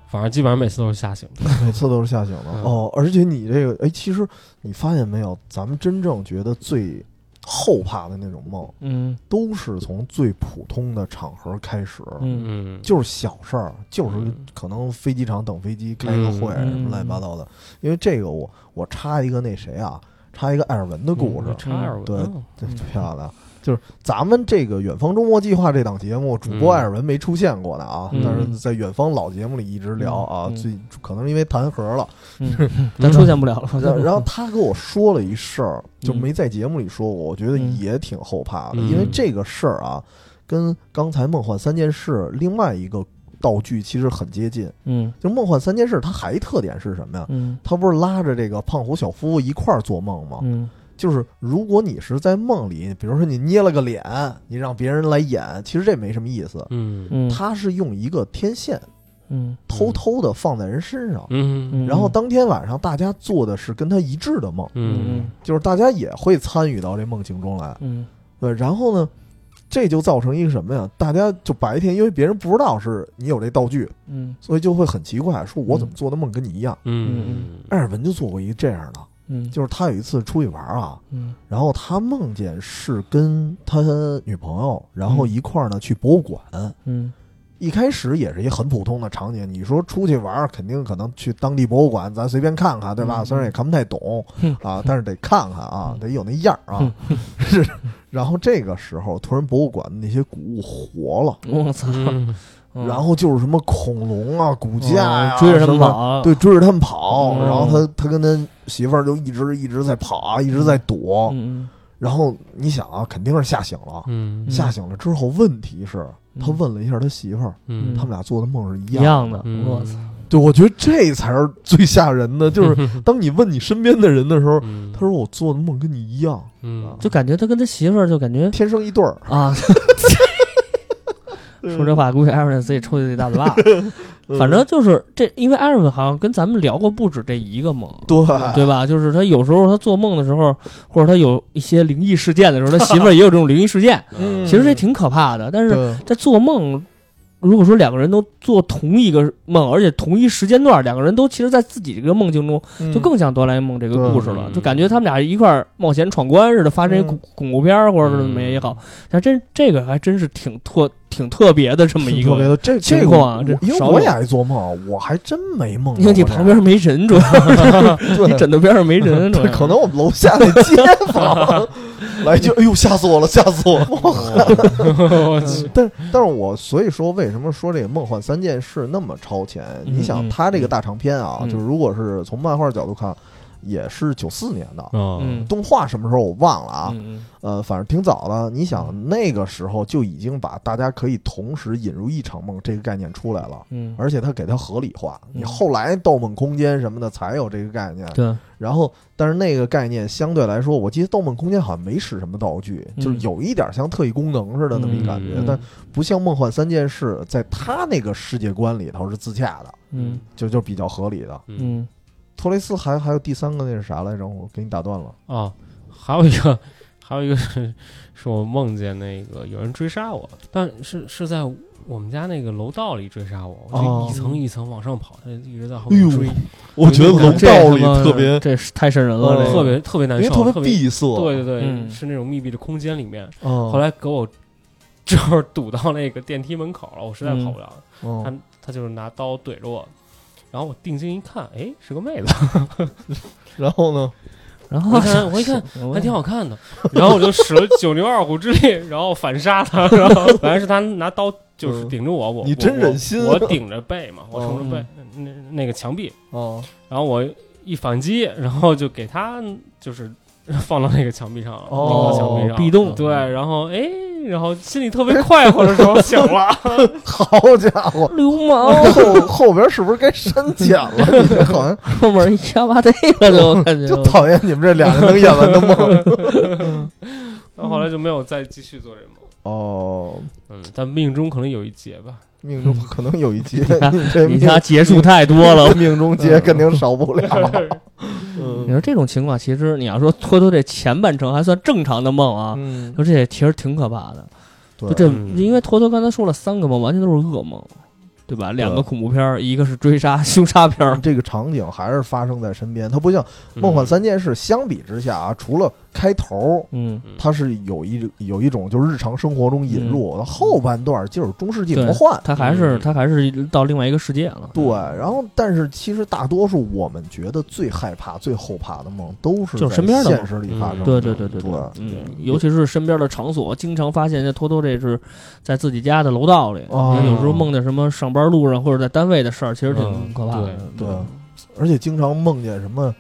反正基本上每次都是吓醒的，每次都是吓醒的嗯哦。而且你这个，哎，其实你发现没有，咱们真正觉得最后怕的那种梦，嗯都是从最普通的场合开始，嗯嗯，就是小事儿，就是嗯可能飞机场等飞机、开个会嗯什么乱七八糟的。因为这个我，我插一个那谁啊，插一个艾尔文的故事，嗯差点儿对嗯这嗯漂亮。就是咱们这个《远方周末计划》这档节目，主播嗯艾尔文没出现过的啊，嗯但是在远方老节目里一直聊啊，嗯嗯最可能是因为弹劾了。 嗯，咱出现不了了，然后然后他跟我说了一事儿，就嗯没在节目里说过，我觉得嗯也挺后怕的，嗯因为这个事儿啊，跟刚才《梦幻三件事》另外一个道具其实很接近。嗯就《梦幻三件事》，它还一特点是什么呀？嗯它不是拉着这个胖虎小夫一块儿做梦吗？嗯就是如果你是在梦里，比如说你捏了个脸，你让别人来演，其实这没什么意思。嗯嗯，它是用一个天线嗯偷偷的放在人身上，嗯嗯，然后当天晚上大家做的是跟他一致的梦。嗯嗯就是大家也会参与到这梦境中来。嗯对，然后呢，这就造成一个什么呀？大家就白天因为别人不知道是你有这道具，嗯所以就会很奇怪，说我怎么做的梦跟你一样？嗯艾尔文就做过一这样的，嗯就是他有一次出去玩啊，嗯然后他梦见是跟他女朋友，然后一块儿呢去博物馆。嗯一开始也是一很普通的场景，你说出去玩儿，肯定可能去当地博物馆，咱随便看看，对吧？嗯虽然也看不太懂哼啊，但是得看看啊，嗯得有那样儿啊。是， 然后这个时候突然博物馆的那些古物活了， 我操，嗯嗯哦然后就是什么恐龙啊、骨架呀、追着他们什么，跑，对，追着他们跑。嗯然后他他跟他媳妇儿就一直一直在跑啊，一直在躲。嗯，然后你想啊，肯定是吓醒了。嗯吓醒了之后，问题是，嗯他问了一下他媳妇儿，嗯他们俩做的梦是一样一的。样的，嗯我操，对，我觉得这才是最吓人的， 就是当你问你身边的人的时候，嗯他说我做的梦跟你一样，嗯 就感觉他跟他媳妇儿就感觉天生一对儿。啊，说这话，估计艾瑞自己抽自己大嘴 巴。反正就是这，因为艾瑞好像跟咱们聊过不止这一个梦，对对吧？就是他有时候他做梦的时候，或者他有一些灵异事件的时候，他媳妇儿也有这种灵异事件， 嗯其实这挺可怕的。但是对在做梦，如果说两个人都做同一个梦，而且同一时间段，两个人都其实在自己这个梦境中，嗯就更像哆啦 A 梦这个故事了，对就感觉他们俩一块儿冒险闯关似的，发生一嗯恐恐怖片儿或者是怎么也好，但真这个还真是挺特挺特别的这么一挺特别个。的这情这个况啊我这因为少我有也爱做梦，我还真没梦到过这样。因为你旁边没人，主要 是你枕头边上没人，主对，要是 可能我们楼下那街坊来一句：“哎呦，吓死我了，吓死我了！”我嗯去，但但是我所以说，为什么说这个《梦幻三件事》那么超前？嗯你想，嗯它这个大长篇啊，嗯就是如果是从漫画角度看，也是九四年的。嗯嗯动画什么时候我忘了啊，嗯呃，反正挺早的。你想那个时候就已经把大家可以同时引入一场梦这个概念出来了，嗯，而且它给它合理化。你嗯后来《盗梦空间》什么的才有这个概念，对，嗯然后，但是那个概念相对来说，我记得《盗梦空间》好像没使什么道具，嗯就是有一点像特异功能似的那么一感觉，嗯但不像《梦幻三件事》在他那个世界观里头是自洽的，嗯就就比较合理的。嗯嗯托雷斯还还有第三个那是啥来着？我给你打断了。啊，还有一个，还有一个是是我梦见那个有人追杀我，但是是在我们家那个楼道里追杀我，哦我就一层一层往上跑，他就一直在后面哎呦追，我觉得楼这他妈这是太瘆人了，嗯这哦特个别特别因难为受，特别特别闭塞。对对对，嗯是那种密闭的空间里面。嗯，后来给我 就是堵到那个电梯门口了，我实在嗯跑不了了，嗯，他他就是拿刀怼着我。然后我定睛一看，哎，是个妹子。然后呢？然后我一看，我 一看，还挺好，好看的。然后我就使了九牛二虎之力，然后反杀他。然 后本来是他拿刀就是顶着我，我嗯你真忍心我，我顶着背嘛，我冲着背哦那那个墙壁，哦，然后我一反击，然后就给他就是 放到那个墙壁上了，哦嗯钉到墙壁上壁咚对，然后哎，然后心里特别快活的时 候醒了，好家伙！流氓 后后边是不是该删减 了？你这好像后面一下巴对了，就感觉就讨厌你们这俩人能演完的梦。 然后后来就没有再继续做这个梦。哦，嗯，但命中可能有一劫吧。命中可能有一劫，你 这嗯 你命嗯家结束太多 了，命中劫肯定少不 了。嗯嗯你说这种情况，其实你要说托托这前半程还算正常的梦啊，嗯，说这也其实挺可怕的。对就这，嗯因为托托刚才说了三个梦，完全都是噩梦，对吧？两个恐怖片儿，一个是追杀凶杀片儿，嗯这个场景还是发生在身边，它不像嗯《梦幻三件事》。相比之下啊，除了开头，嗯，嗯它是有一有一种就是日常生活中引入，后半段就是中世纪魔幻。他还是嗯他还是到另外一个世界了。对，然后但是其实大多数我们觉得最害怕、最后怕的梦，都是就是在身边的梦现嗯实里发生的。对对对对对嗯，尤其是身边的场所，经常发现这托托这是在自己家的楼道里，哦有时候梦见什么上班路上或者在单位的事儿，其实挺嗯可怕的。对，而且经常梦见什么，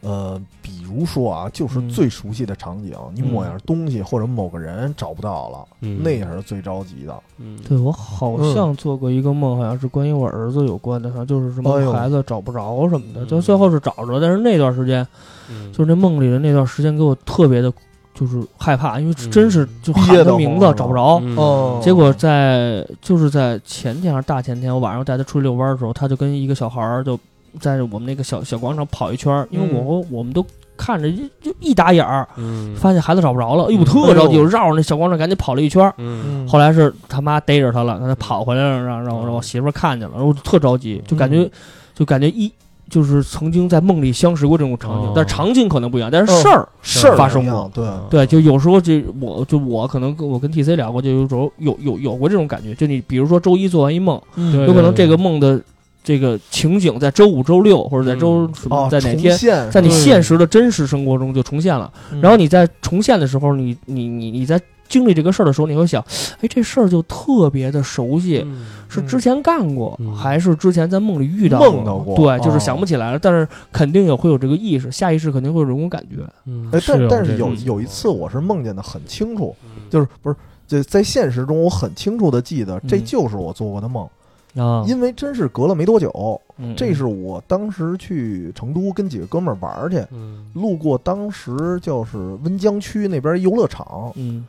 呃，比如说啊，就是嗯最熟悉的场景，你某样东西或者某个人找不到了，嗯那也是最着急的。嗯对我好像做过一个梦，好像是关于我儿子有关的，好像就是什哎呦么孩子找不着什么的，嗯就最后是找着，但是那段时间嗯就是那梦里的那段时间给我特别的，就是害怕，因为真是就嗯憋喊得他慌名是字吧找不着。嗯哦结果在就是在前天还是大前天，我晚上带他出去遛弯的时候，他就跟一个小孩儿就在我们那个小小广场跑一圈儿，因为我和我们都看着一就一打眼儿，嗯发现孩子找不着了，哎呦嗯特着急，哎呦我绕着那小广场赶紧跑了一圈儿，嗯后来是他妈逮着他了，让他跑回来了，让让我嗯让我媳妇儿看见了，然后我就特着急，就感觉、就感觉一就是曾经在梦里相识过这种场景，哦但是场景可能不一样，但是事儿、事儿发生一过样对，对，就有时候就我就我可能跟我跟 T C 聊过，就有时候有有有过这种感觉，就你比如说周一做完一梦，对嗯有可能这个梦的这个情景在周五、周六或者在周、嗯什么哦，在哪天重。现在你对现实的真实生活中就重现了，嗯然后你在重现的时候，你你你你在经历这个事儿的时候，你会想，哎，这事儿就特别的熟悉，嗯是之前干过，嗯还是之前在梦里遇到梦到过对，就是哦想不起来了，但是肯定有会有这个意识，下意识肯定会有这种感觉。嗯哎，啊但但这是有种情有一况次我是梦见的很清楚，嗯就是不是。这在现实中，我很清楚的记得，这嗯就是我做过的梦，啊，因为真是隔了没多久，嗯这是我当时去成都跟几个哥们儿玩儿去，嗯路过当时就是温江区那边游乐场，嗯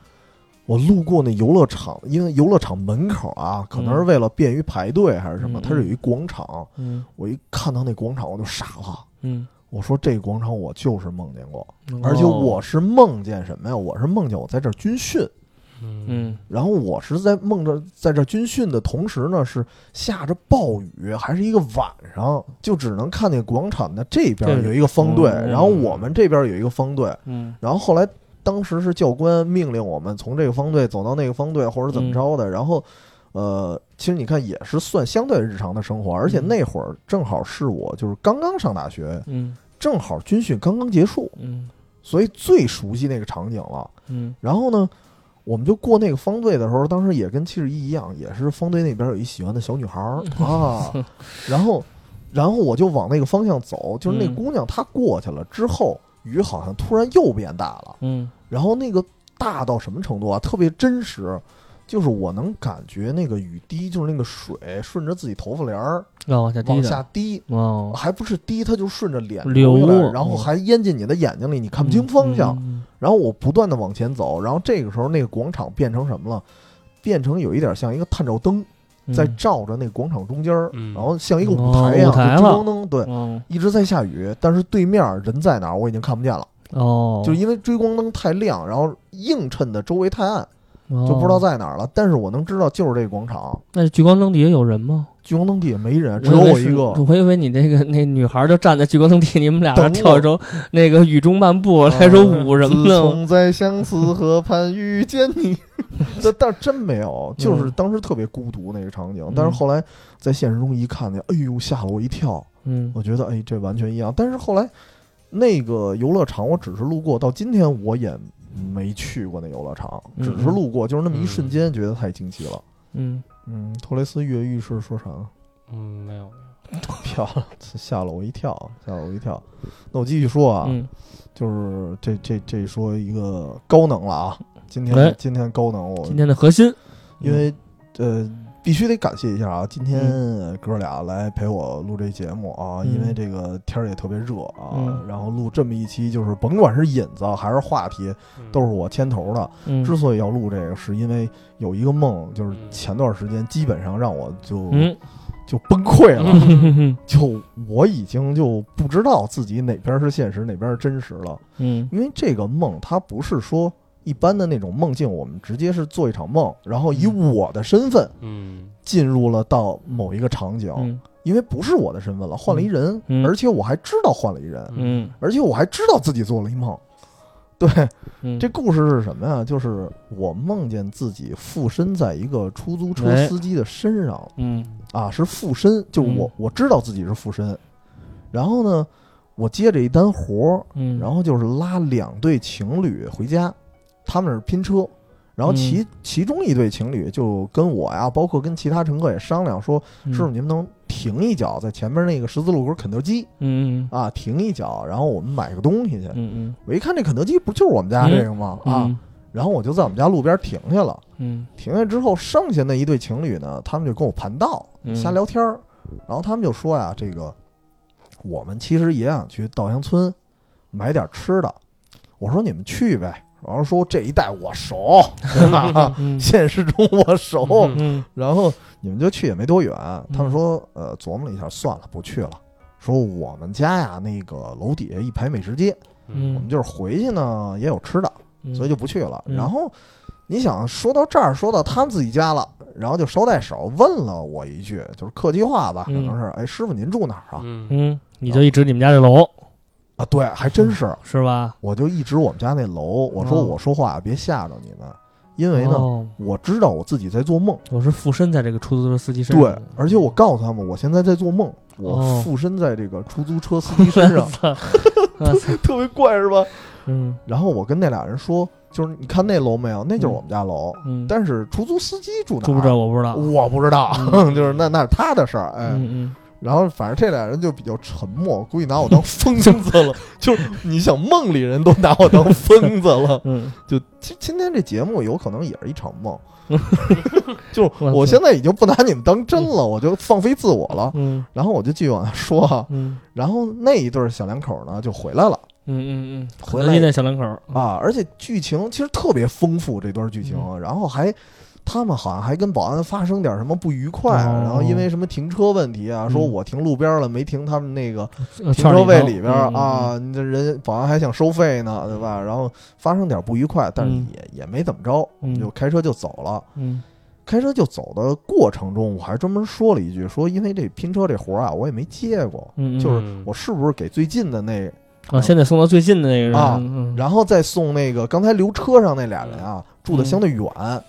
我路过那游乐场，因为游乐场门口啊，可能是为了便于排队还是什么，嗯它是有一广场。嗯我一看到那广场，我就傻了。嗯，我说这广场我就是梦见过，嗯而且我是梦见什么呀？我是梦见我在这儿军训，嗯嗯然后我是在梦着在这儿军训的同时呢，是下着暴雨，还是一个晚上，就只能看见广场的这边对有一个方队，嗯然后我们这边有一个方队，嗯然后后来当时是教官命令我们从这个方队走到那个方队，或者怎么着的。然后，呃，其实你看也是算相对日常的生活，而且那会儿正好是我就是刚刚上大学，嗯正好军训刚刚结束，嗯所以最熟悉那个场景了。嗯然后呢，我们就过那个方队的时候，当时也跟七十一一样，也是方队那边有一喜欢的小女孩儿啊，然后，然后我就往那个方向走，就是那嗯姑娘她过去了之后，雨好像突然又变大了。嗯然后那个大到什么程度啊？特别真实，就是我能感觉那个雨滴，就是那个水顺着自己头发帘儿要往下滴往的下滴，哦，还不是滴，它就顺着脸流下来了然后嗯还淹进你的眼睛里，你看不清方向。嗯，然后我不断的往前走，然后这个时候那个广场变成什么了？变成有一点像一个探照灯嗯在照着那广场中间儿，嗯然后像一个舞哦台一样，舞台就了聚光灯对。哦一直在下雨，但是对面人在哪儿我已经看不见了，哦，就因为追光灯太亮，然后映衬的周围太暗，就不知道在哪儿了。但是我能知道就是这个广场，哦那聚光灯底下有人吗？聚光灯底下没人，只以有为我一是个。我以为你那个那女孩就站在聚光灯底，你们俩等我跳一首那个雨中漫步，来首舞什么嗯自的。从在相思河畔遇见 你，这但真没有，就是嗯当时特别孤独那个场景。但是后来在现实中一看见，哎呦，吓了我一跳。嗯我觉得哎，这完全一样。但是后来那个游乐场我只是路过，到今天我也没去过那游乐场，嗯只是路过，就是那么一瞬间觉得太惊奇了。嗯，嗯，托雷斯越狱是说啥 呢？嗯，没有，漂亮，吓了我一跳，吓了我一跳。那我继续说啊，嗯就是这这这说一个高能了啊！今天、哎今天高能我，今天的嗯核心，因为呃必须得感谢一下啊，今天嗯呃哥俩来陪我录这节目啊，嗯因为这个天儿也特别热啊，嗯然后录这么一期，就是甭管是引子还是话题，都是我牵头的。嗯啊之所以要录这个，是因为有一个梦，就是嗯前段时间基本上让我就、嗯就崩溃 了。哼哼哼就我已经就不知道自己哪边是现实，哪边是真实了。嗯因为这个梦，它不是说一般的那种梦境，我们直接是做一场梦，然后以我的身份嗯进入了到某一个场景，嗯因为不是我的身份了，换了一人，嗯而且我还知道换了一人，嗯而且我还知道自己做了一梦。对，嗯，这故事是什么呀？就是我梦见自己附身在一个出租车哎司机的身上，嗯啊，是附身，就是我、嗯我知道自己是附身，然后呢，我接着一单活儿，嗯，然后就是拉两对情侣回家，他们是拼车，然后嗯其、其中一对情侣就跟我呀，包括跟其他乘客也商量说，嗯师傅你们能停一脚，在前面那个十字路口肯德基嗯啊停一脚，然后我们买个东西去嗯。嗯我一看这肯德基不就是我们家这个吗？嗯啊，然后我就在我们家路边停下了。嗯停下之后，剩下那一对情侣呢，他们就跟我盘道，嗯瞎聊天儿，然后他们就说呀，这个我们其实也想去稻香村买点吃的。我说你们去呗，然后说这一带我熟， 对吧嗯现实中我熟。嗯嗯然后你们就去也没多远，他们说呃琢磨了一下，算了，不去了。说我们家呀，那个楼底下一排美食街，我们嗯就是回去呢也有吃的，嗯，所以就不去了。嗯然后你想说到这儿，说到他们自己家了，然后就捎带手问了我一句，就是客气话吧，可嗯能是，哎，师傅您住哪儿啊？嗯嗯，你就一指你们家这楼啊，对，还真是，是吧？我就一直我们家那楼，我说哦我说话别吓着你们，因为呢，哦，我知道我自己在做梦，我是附身在这个出租车司机身上对的，，而且我告诉他们我现在在做梦，我哦，附身在这个出租车司机身上 我操特别怪是吧？嗯然后我跟那俩人说，就是你看那楼没有，那就是嗯我们家楼，嗯，但是出租司机住哪儿？啊住不着我不知道，我不知道，啊 嗯就是那那是他的事儿，哎，嗯然后反正这俩人就比较沉默，估计拿我当疯子 了。就是你想梦里人都拿我当疯子了 嗯。嗯，就今今天这节目有可能也是一场 梦，就是我我现在已经不拿你们当真了，我就放飞自我了。嗯然后我就继续往下说啊，嗯然后那一对儿小两口呢就回来了，嗯嗯嗯，回现来在小两口儿，啊，而且剧情其实特别丰富，这段剧情，嗯然后还。他们好像还跟保安发生点什么不愉快，哦然后因为什么停车问题啊，嗯说我停路边了，没停他们那个呃停车位里边，圈啊，你这人保安还想收费呢，对吧？然后发生点不愉快，但是嗯也也没怎么着，我们嗯就开车就走了。嗯开车就走的过程中，我还专门说了一句，说因为这拼车这活儿啊，我也没接过，嗯嗯，嗯就是嗯我是不是给最近的那，啊，先得送到最近的那个人啊嗯然后再送那个刚才留车上那俩人啊，住的相对嗯远。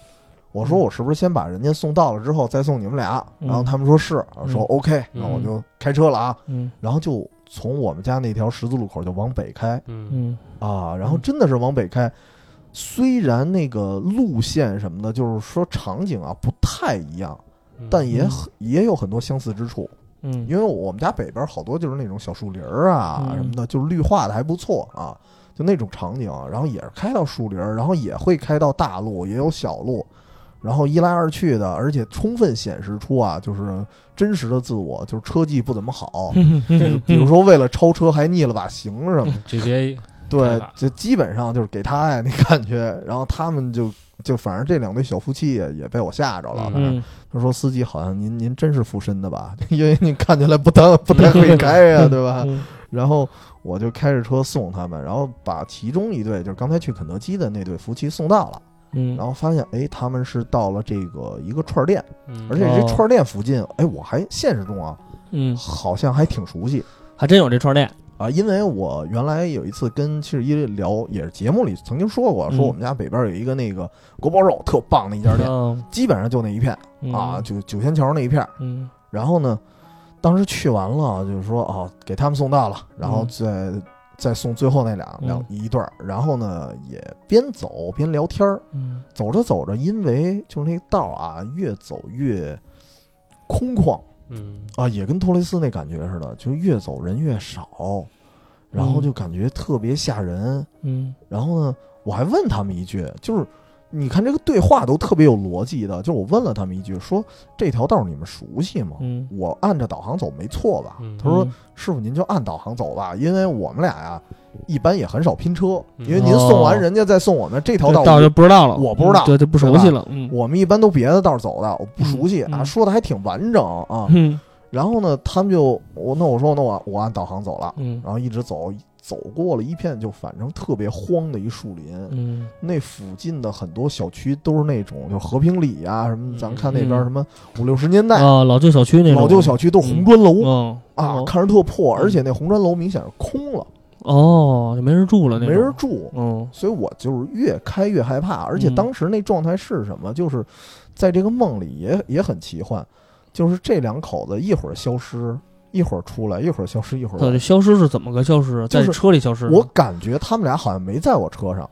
我说我是不是先把人家送到了之后再送你们俩？嗯然后他们说是，我说嗯 OK，那我就开车了啊。嗯然后就从我们家那条十字路口就往北开嗯嗯啊，然后嗯真的是往北开。虽然那个路线什么的，就是说场景啊不太一样，嗯但也很也有很多相似之处。嗯，因为我们家北边好多就是那种小树林儿啊嗯什么的，就是绿化的还不错啊，就那种场景。然后也是开到树林儿，然后也会开到大路，也有小路，然后一来二去的，而且充分显示出啊，就是真实的自我，就是车技不怎么 好。为比如说，为了超车还逆了把行什么 的， GTA 对吧，这基本上就是给他爱那感觉。然后他们就就反正这两对小夫妻也也被我吓着了，反正嗯他说：“司机好像您您真是附身的吧？ 因为您看起来不太不太会开 呀、对吧嗯？”然后我就开着车送他们，然后把其中一对就是刚才去肯德基的那对夫妻送到了，嗯，然后发现哎，他们是到了这个一个串儿店，嗯而且这串儿店附近，哎，我还现实中啊哦嗯，好像还挺熟悉还真有这串店，啊，因为我原来有一次跟七十一聊，也是节目里曾经说过，说嗯我们家北边有一个那个锅包肉特棒的一家店，嗯基本上就那一片啊，，就九仙桥那一片儿。嗯然后呢，当时去完了，就是说啊，给他们送到了，然后嗯再、再送最后那俩嗯两一对儿。然后呢，也边走边聊天儿，嗯走着走着，因为就是那道儿啊，越走越空旷嗯啊，也跟托雷斯那感觉似的，就越走人越少，然后嗯就感觉特别吓人。嗯然后呢，我还问他们一句，就是你看这个对话都特别有逻辑的，就是我问了他们一句，说这条道儿你们熟悉吗？嗯，我按着导航走没错吧？嗯他说：“师傅，您就按导航走吧，因为我们俩呀，一般也很少拼车，嗯因为您送完哦人家再送我们这条这道道儿就，不知道了，我不知道嗯对，就不熟悉了，嗯我们一般都别的道儿走的，我不熟悉嗯啊，嗯说的还挺完整啊。嗯然后呢，他们就我那我说那我我按导航走了，嗯然后一直走，走过了一片就反正特别荒的一树林，嗯那附近的很多小区都是那种就和平里啊什么，咱们看那边嗯什么五六十年代啊，老旧小区那种老旧小区都是红砖楼。嗯啊，哦看着特破，嗯而且那红砖楼明显是空了，哦，就没人住了那没种，人住，嗯所以我就是越开越害怕。而且嗯当时那状态是什么？就是在这个梦里也也很奇幻，就是这两口子一会儿消失，一会儿出来，一会儿消失，一会儿到来底消失是怎么个消失？啊就在是车里消失的？我感觉他们俩好像没在我车上，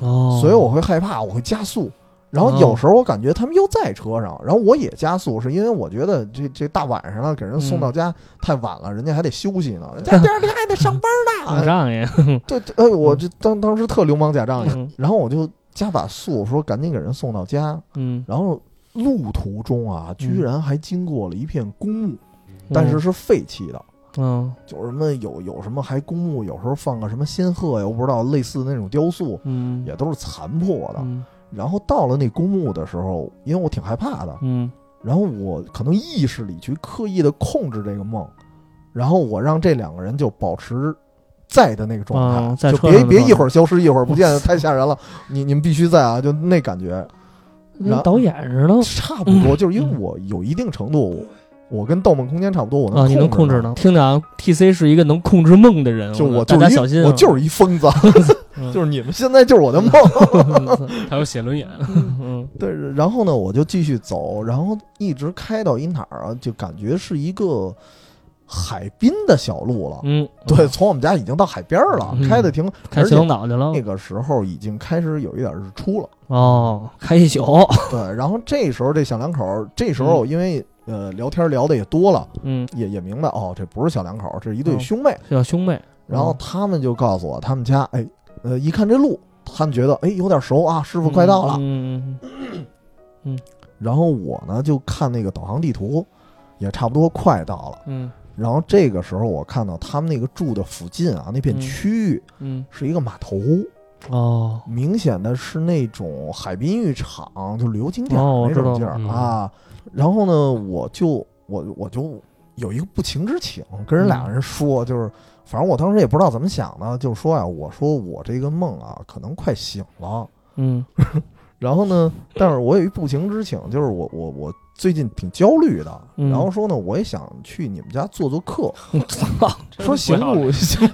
哦，所以我会害怕，我会加速。然后哦有时候我感觉他们又在车上，然后我也加速，是因为我觉得这这大晚上了，给人嗯送到家太晚了，人家还得休息 呢，家第二天还得上班打呢。仗也，对，对哎，我这当当时特流氓假仗义，嗯然后我就加把速，说赶紧给人送到家。嗯，然后路途中啊，居然还经过了一片公墓，但是是废弃的，嗯就是什么有有什么还公墓，有时候放个什么仙鹤呀，我不知道类似的那种雕塑，嗯也都是残破的。嗯然后到了那公墓的时候，因为我挺害怕的，嗯然后我可能意识里去刻意的控制这个梦，然后我让这两个人就保持在的那个状态，啊在就车别上的别状一态会儿消失一会儿不见，太吓人了。你你们必须在啊，就那感觉然跟后导演似的差不嗯多，就是因为我有一定程度，我跟《盗梦空间》差不多，我啊，你能控制制呢呢？。听着啊，T C 是一个能控制梦的人，就我我大就家是小一心啊，我就是一疯子，嗯 就是你们现在就是我的梦。还有写轮眼，嗯 对，然后呢，我就继续走，然后一直开到一哪儿啊，就感觉是一个海滨的小路了。 嗯，对，从我们家已经到海边儿了，嗯开的挺，看而秦且皇岛去了那个时候已经开始有一点日出了。哦，开 一宿，对，然后这时候这小两口儿，这时候因为呃聊天聊的也多了，嗯，也也明白哦，这不是小两口儿，这是一对嗯兄妹。小兄妹，然后他们就告诉我，他们家哎，呃，一看这路，他们觉得哎有点熟啊，师师傅快到了。嗯嗯然后我呢就看那个导航地图，也差不多快到了。嗯然后这个时候我看到他们那个住的附近啊，那片嗯区域嗯，是一个码头，哦，明显的是那种海滨浴场，就旅游景点哦我那知道种劲儿嗯啊。然后呢，我就我我就有一个不情之请，跟人俩人说，就是反正我当时也不知道怎么想的，就说呀、我说我这个梦啊，可能快醒了。嗯然后呢，但是我有一不情之请，就是我我我最近挺焦虑的，嗯然后说呢，我也想去你们家做做客，真说行不要不脸 行，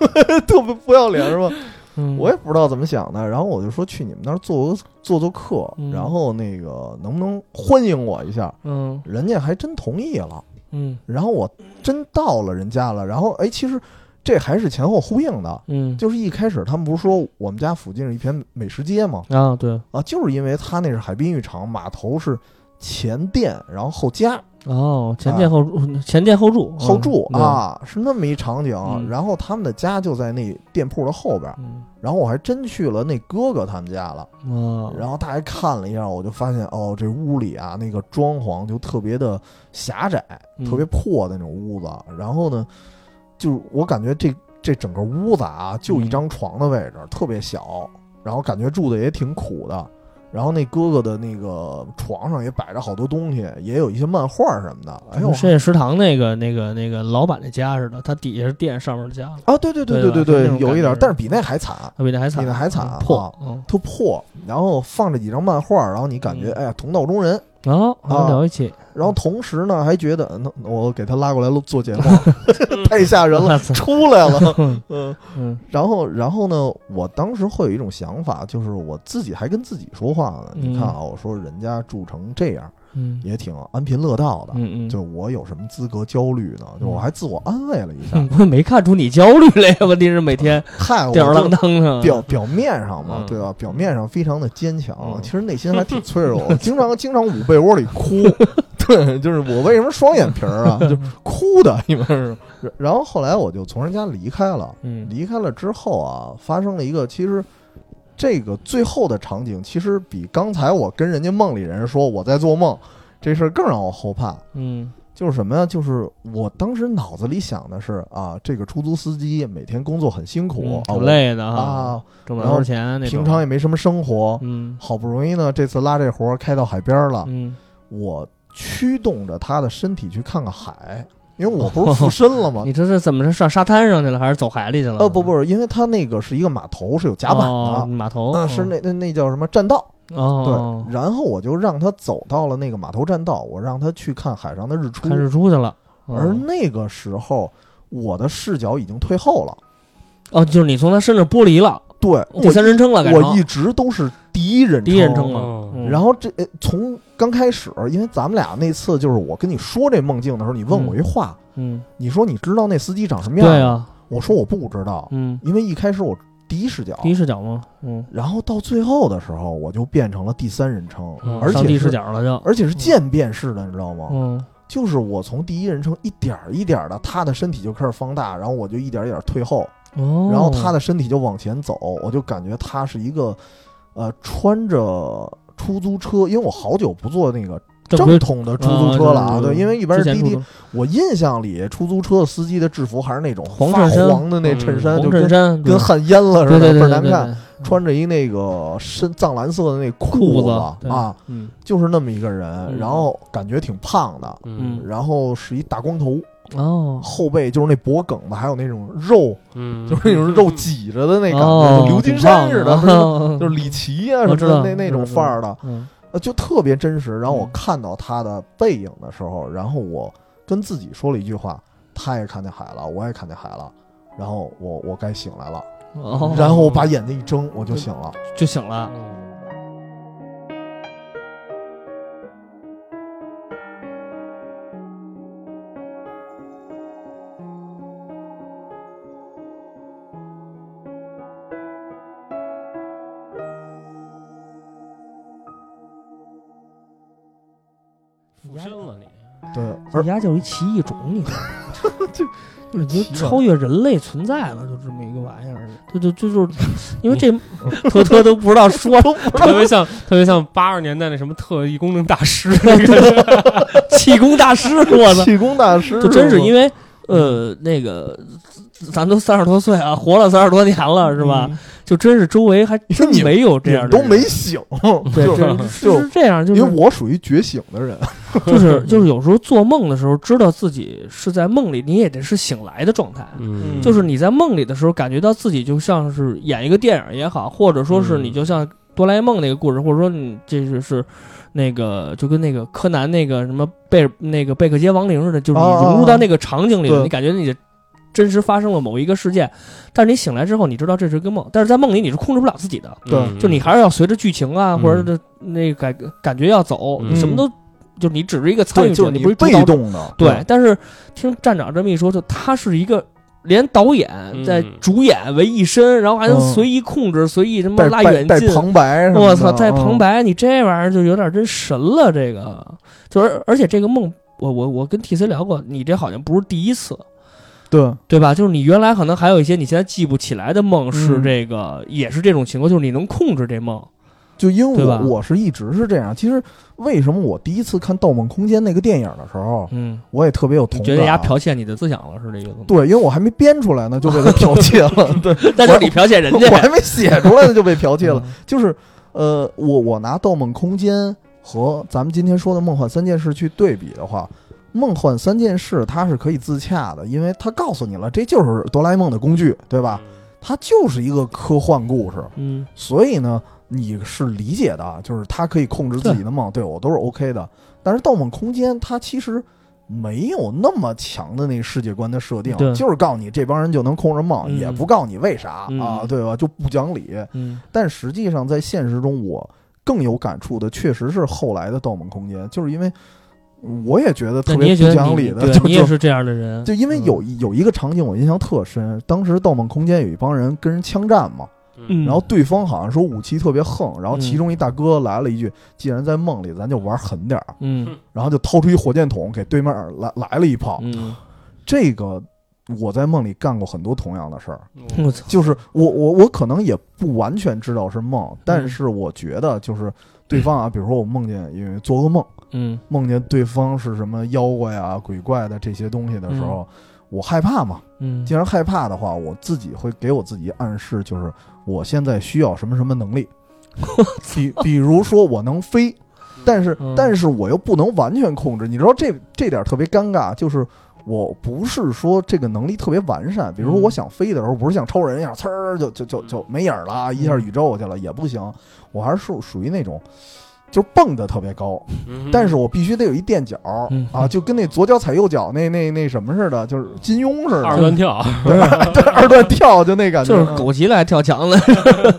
特别不要脸是吧？嗯， 我也不知道怎么想的，然后我就说去你们那儿做个做做客，嗯然后那个能不能欢迎我一下？嗯人家还真同意了，嗯然后我真到了人家了，然后哎，其实这还是前后呼应的，嗯，就是一开始他们不是说我们家附近是一片美食街吗？啊对啊，就是因为他那是海滨浴场，码头是前店，然后后家哦，前店后住，前店后住，后住嗯，啊，是那么一场景。嗯然后他们的家就在那店铺的后边儿对，嗯然后我还真去了那哥哥他们家了。啊，然后大概看了一下，我就发现哦，这屋里啊，那个装潢就特别的狭窄，嗯特别破的那种屋子。然后呢，就是我感觉这这整个屋子啊，就一张床的位置，特别小。然后感觉住的也挺苦的。然后那哥哥的那个床上也摆着好多东西，也有一些漫画什么的。哎呦跟，深夜食堂那个那个那个老板的家似的，他底下是店，上面是家，啊，对对对对对吧就那对，种有一感点觉，但是比那还惨。他比那还惨，比那还惨嗯啊破，嗯，特破，然后放着几张漫画，然后你感觉、嗯哎呀同道中人，然后我们啊聊一 起，然后同时呢，还觉得那我给他拉过来录做节 目，太吓人了，我操出来了。嗯，嗯然后然后呢，我当时会有一种想法，就是我自己还跟自己说话呢。嗯你看啊，我说人家住成这样，嗯也挺安贫乐道的，嗯嗯，就我有什么资格焦虑呢？就我还自我安慰了一下 嗯， 我没看出你焦虑来呀，问题是每天嗨，我吊儿郎就当啊的，表表面上嘛嗯，对吧？表面上非常的坚强嗯，其实内心还挺脆弱， 经常经常捂被窝里哭。 对，就是我为什么双眼皮儿 啊？就是哭的，因为是。然后后来我就从人家离开了，嗯离开了之后啊，发生了一个其实。这个最后的场景，其实比刚才我跟人家梦里人说我在做梦这事儿更让我后怕。嗯就是什么呀？就是我当时脑子里想的是啊，这个出租司机每天工作很辛苦嗯，啊挺累的我啊，啊，挣不了多少钱那种，平常也没什么生活，嗯好不容易呢，这次拉这活儿开到海边儿了，嗯我驱动着他的身体去看看海，因为我不是附身了吗？你这是怎么是上沙滩上去了，还是走海里去了？呃，不不是，因为他那个是一个码头，是有甲板的，哦码头，啊是那那那叫什么栈道？哦，对，然后我就让他走到了那个码头栈道，我让他去看海上的日出，看日出去了。哦而那个时候我的视角已经退后了，哦，就是你从他身上剥离了，对第三人称了，改我成我一直都是第一人称，第一人称了哦。嗯然后这呃从刚开始，因为咱们俩那次就是我跟你说这梦境的时候，你问我一话，嗯，你说你知道那司机长什么样？对，啊，我说我不知道，嗯，因为一开始我第一视角第，一视角嘛，嗯，然后到最后的时候，我就变成了第三人称，嗯而上且帝视是角了就，而且是渐变式的，你知道吗？嗯就是我从第一人称一点儿一点儿的，他的身体就开始放大，然后我就一点儿一点儿退后，哦，然后他的身体就往前走，我就感觉他是一个，呃，穿着出租车，因为我好久不坐那个正正规嗯统的出租车了啊，对，因为一般之是前滴滴出租，我印象里出租车司机的制服还是那种黄发衬衫黄的那衬衫，就红跟衬衫跟汗烟了嗯对似的，对对倍儿对难对看。对，穿着一那个深藏蓝色的那裤子子啊，，对嗯就是那么一个人，嗯然后感觉挺胖的，嗯然后是一大光头，哦，后背就是那脖梗子，还有那种肉，嗯，就是那种肉挤着的那感哦觉，就刘金山似的，挺不是棒的啊 嗯就是李琦啊我什知么的道那那种范儿的。嗯呃，就特别真实。然后我嗯看到他的背影的时候，然后我跟自己说了一句话：他也看见海了，我也看见海了。然后我我该醒来了，哦，然后我把眼睛一睁，我就醒了。就醒了。附身了你，对，人而家就是一奇异种，你知道吗？这 就是已经奇了超越人类存在了，就这么一个玩意儿。对对，就就是因为这 托托都不知道说特别像特别像八十年代那什么特异功能大师那个，气功大师，我操！ 气功大师就真是因为为呃，那个，咱都三十多岁啊，活了三十多年了，是吧？？就真是周围还真你没有这样的人，嗯都没醒，对，就这就是这样，就因为是我属于觉醒的人，就是就是有时候做梦的时候，知道自己是在梦里，你也得是醒来的状态。嗯，就是你在梦里的时候，感觉到自己就像是演一个电影也好，或者说是你嗯就像哆啦 A 梦那个故事，或者说你这是是那个就跟那个柯南那个什么贝尔那个贝克街亡灵似的，就是你哦哦融入到那个场景里了，对你感觉你真实发生了某一个事件，但是你醒来之后，你知道这是个梦，但是在梦里你是控制不了自己的，对就你还是要随着剧情啊，嗯或者是那个感感觉要走，嗯你什么都就是你只是一个参对，与就者，是你你不是主被导者动的，对，，但是听站长这么一说，就他是一个连导演在嗯主演为一身，然后还能嗯随意控制、随意什么带拉带远带近。旁白什么的，我操，带旁嗯，白，你这玩意儿就有点真神了。这个就是，而且这个梦，我我我跟 T C 聊过，你这好像不是第一次，对，对吧？就是你原来可能还有一些你现在记不起来的梦，是嗯这个、也是这种情况，就是你能控制这梦。就因为对吧我我是一直是这样。其实为什么我第一次看《盗梦空间》那个电影的时候，嗯，我也特别有你同觉得人家感。啊剽窃你的思想了，是这意思吗？对，因为我还没编出来呢，就被他 剽窃了。对，但是你剽窃人家，我还没写出来呢，就被剽窃了。嗯就是呃，我我拿《盗梦空间》和咱们今天说的《梦幻三件事》去对比的话，《梦幻三件事》它是可以自洽的，因为它告诉你了，这就是哆啦 A 梦的工具，对吧？？它就是一个科幻故事，嗯所以呢，你是理解的，啊就是它可以控制自己的梦，对我都是 OK 的。但是《盗梦空间》它其实。没有那么强的那世界观的设定对，就是告诉你这帮人就能控制梦，嗯也不告诉你为啥、嗯啊，对吧？就不讲理。嗯但实际上在现实中，我更有感触的确实是后来的《盗梦空间》，就是因为我也觉得那特你也别觉不得讲你理的，对 就你也就是这样的人，嗯就因为有一有一个场景我印象特深，当时《盗梦空间》有一帮人跟人枪战嘛，嗯然后对方好像说武器特别横，然后嗯其中一大哥来了一句：“既然在梦里，咱就玩狠点儿。嗯”然后就掏出一火箭筒给对面儿来来了一炮。嗯，这个我在梦里干过很多同样的事儿，我操，嗯就是我我我可能也不完全知道是梦，但是我觉得就是对方啊，比如说我梦见因为做噩梦，嗯梦见对方是什么妖怪啊、鬼怪的这些东西的时候，我害怕嘛。嗯，既然害怕的话，我自己会给我自己暗示，就是我现在需要什么什么能 力，比比如说我能飞，但是、嗯但是我又不能完全控制。你知道这这点儿特别尴尬，就是我不是说这个能力特别完善，比如说嗯我想飞的时候，不是像超人一样呲儿就就就就没影儿了，嗯一下宇宙去了也不行，我还是属属于那种。就是蹦得特别高，但是我必须得有一垫脚、嗯啊，就跟那左脚踩右脚那那那什么似的，就是金庸似的，二段跳， 对，二段跳就那感觉，嗯就是狗嗯急了还跳墙 了，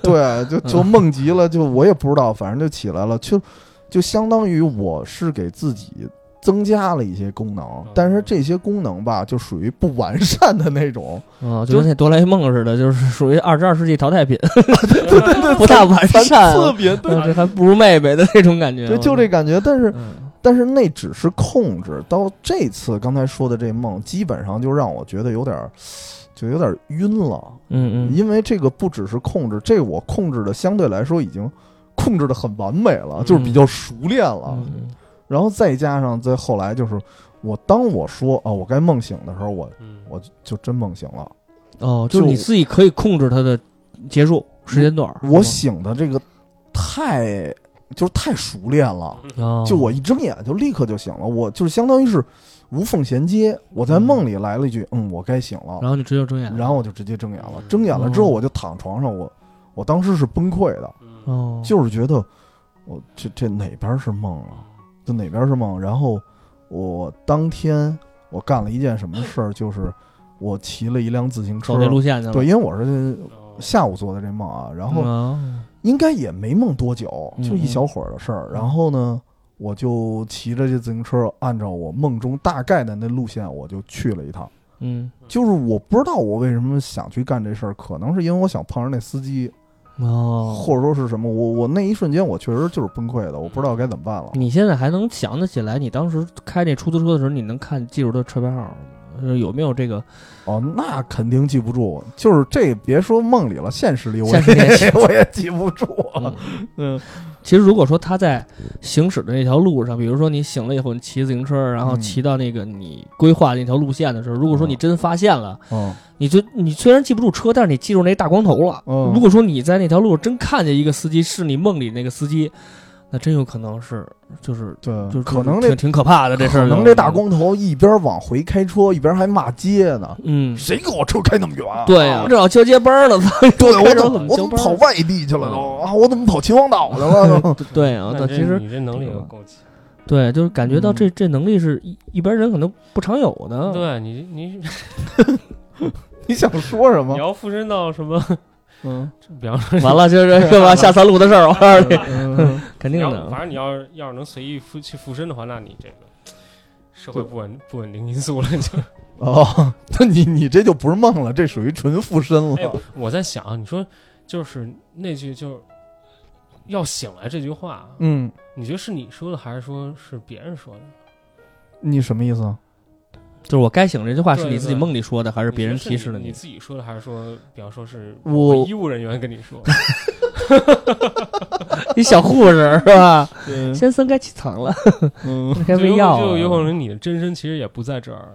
对，就就梦极了，就我也不知道，反正就起来了，就就相当于我是给自己增加了一些功能，嗯但是这些功能吧，就属于不完善的那 种，啊，就跟那哆啦 A 梦似的，就是属于二十二世纪淘汰品，对对对， 不大完善特啊，别对，嗯这还不如妹妹的那种感觉，啊就就这感觉，但是嗯，但是那只是控制，到这次刚才说的这梦，基本上就让我觉得有点儿，就有点儿晕了。嗯嗯因为这个不只是控制，这我控制的相对来说已经控制的很完美了，嗯就是比较熟练了。嗯，然后再加上再后来就是我当我说啊我该梦醒的时候，我嗯我就真梦醒了。哦，就是就你自己可以控制它的结束时间段儿，我醒的这个太就是太熟练了，哦就我一睁眼就立刻就醒了，我就是相当于是无缝衔接。我在梦里来了一句嗯我该醒了，然后你直接睁眼，然后我就直接睁眼了。睁眼了之后哦我就躺床上，我我当时是崩溃的。哦，就是觉得我这这哪边儿是梦啊？这哪边儿是梦？然后我当天我干了一件什么事儿，就是我骑了一辆自行车走。那路线去了，对，因为我是下午做的这梦啊，然后嗯，应该也没梦多久，嗯就一小会儿的事儿。然后呢，我就骑着这自行车，按照我梦中大概的那路线，我就去了一趟。嗯，就是我不知道我为什么想去干这事儿，可能是因为我想碰上那司机，哦，或者说是什么，我我那一瞬间我确实就是崩溃的，我不知道该怎么办了。你现在还能想得起来，你当时开那出租车的时候，你能看记住他车牌号吗？就是有没有这个哦，那肯定记不住，就是这别说梦里了，现实里我现实里也也我也记不住。嗯嗯，其实如果说他在行驶的那条路上，比如说你醒了以后，你骑自行车，然后嗯骑到那个你规划的那条路线的时候，如果说你真发现了，嗯，你就你虽然记不住车，但是你记住那大光头了。嗯如果说你在那条路上真看见一个司机是你梦里那个司机，那真有可能是就是对，就是可能挺这挺可怕的这事可儿就，能这大光头一边往回开车，一边还骂街呢。嗯，谁给我车开那么远、啊？对呀、呀、我正好交接班儿了，对我这怎怎么么我交怎么班儿嗯跑外地去了都啊？我怎么跑秦皇岛去了都？ 对啊，那但这其实你这能力也够强，对，就是感觉到这这能力是一一般人可能不常有的。 对你你你想说什么你？要附身到 什么，嗯比方说完了，就是又要下三路的事儿，我告诉你，嗯，啊肯你定要的。反正你要是要是能随意附去附身的话，那你这个社会不稳不稳定因素了 就。哦，那你你这就不是梦了，这属于纯附身哎了。，我在想，你说就是那句就是要醒来这句话，啊嗯，你觉得是你说的还是说是别人说的？你什么意思啊？就是我该醒这句话是对你自己对梦里说的，还是是别人提示的你你？自己说的，还是说，比方说是我医务人员跟你说？你小护士是吧？嗯 先生该起床 了，嗯，该啊就喂有药就有可了。能你的真身其实也不在这儿。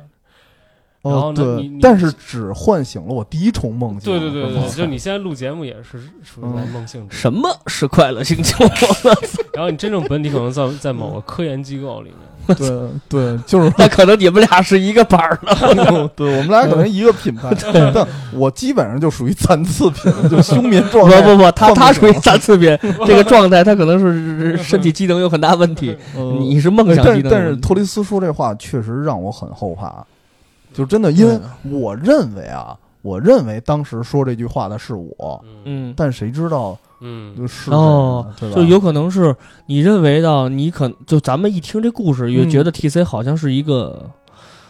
然哦后呢你对你，但是只唤醒了我第一重梦境。啊对对对 对，我就你现在录节目也是属于嗯在梦境中，什么是快乐星球？啊 然后你真正本体可能在在某个科研机构里面。对对，就是 那可能你们俩是一个班儿的。对我们俩可能一个品牌，但我基本上就属于残次品，就休眠状态。不不不，他放不他属于了三次 元这个状态，他可能是身体机能有很大问题。嗯你是梦想但是机能有问题。但是托雷斯说这话确实让我很后怕，就真的，因为啊我认为啊，我认为当时说这句话的是我，嗯嗯，但谁知道嗯，就是谁哦呢对吧？就有可能是你认为到你可就咱们一听这故事，也嗯觉得 T C 好像是一个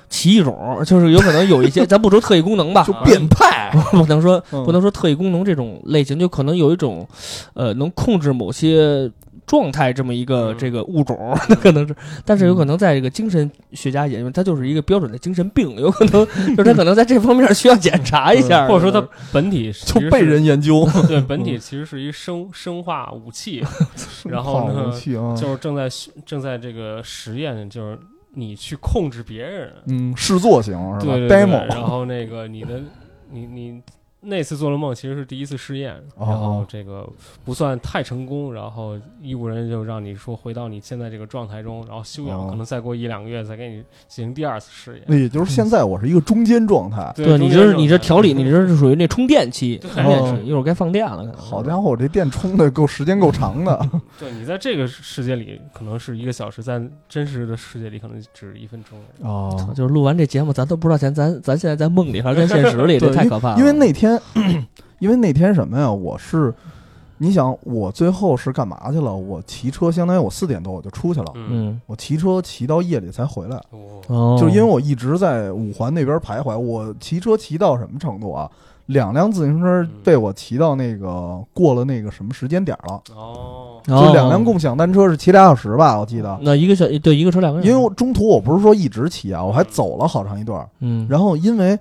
奇异种，就是有可能有一些，咱不说特异功能吧 就，变态，不能说 嗯不能说特异功能这种类型，就可能有一种，呃，能控制某些状态这么一个嗯这个物种，那 可能是，但是有嗯可能在这个精神学家眼中，它就是一个标准的精神病，有可能就是他可能在这方面需要检 查一嗯下，或者说它本体其就实被是人研究，对本体其实是一生生化武器， 然后 好呢武器啊，就是正在正在这个实验，就是你去控制别人，嗯，试作型是吧对对对然？demo，后那个你的 你你那次做了梦，其实是第一次试验，哦然后这个不算太成功，然后医务人员就让你说回到你现在这个状态中，然后休养，哦可能再过一两个月再给你进行第二次试验。 那也就是现在我是一个中间嗯状嗯态。对你这是你这调理，你这。这是属于那充电期，对充电哦期一会儿该放电了，可能是好家伙，我这电充的够时间够长 的，对你在这个世界里可能是一个小时，在真实的世界里可能只是一分钟而已。哦，啊就是录完这节目，咱都不知道咱咱咱现在在梦里还是在 现实里，对 这太可怕了。因为那天， 因为那天什么呀？我是，你想，我最后是干嘛去了？我骑车，相当于我四点多我就出去了，嗯，我骑车骑到夜里才回来，哦，哦，就因为我一直在五环那边徘徊。我骑车骑到什么程度啊？两辆自行嗯车被我骑到那个过了那个什么时间点了，哦，哦就两辆共享单车是骑俩小时吧，我记得。那一个小对一个车两个人，因为我中途我不是说一直骑啊，我还走了好长一段儿。嗯，然后因为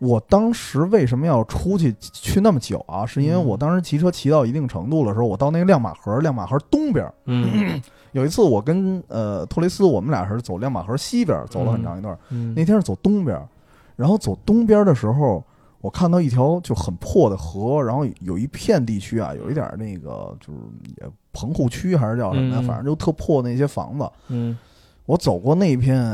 我当时为什么要出去去那么久啊？是因嗯为我当时骑车骑到一定程度的时候，我到那个亮马河，亮马河东边儿嗯有一次我跟呃托雷斯，我们俩是走亮马河西边儿，走了很长一段儿。嗯那天是走东边儿，然后走东边儿的时候。我看到一条就很破的河，然后有一片地区啊，有一点儿那个就是也棚户区还是叫什么呀，嗯反正就特破那些房子。嗯我走过那片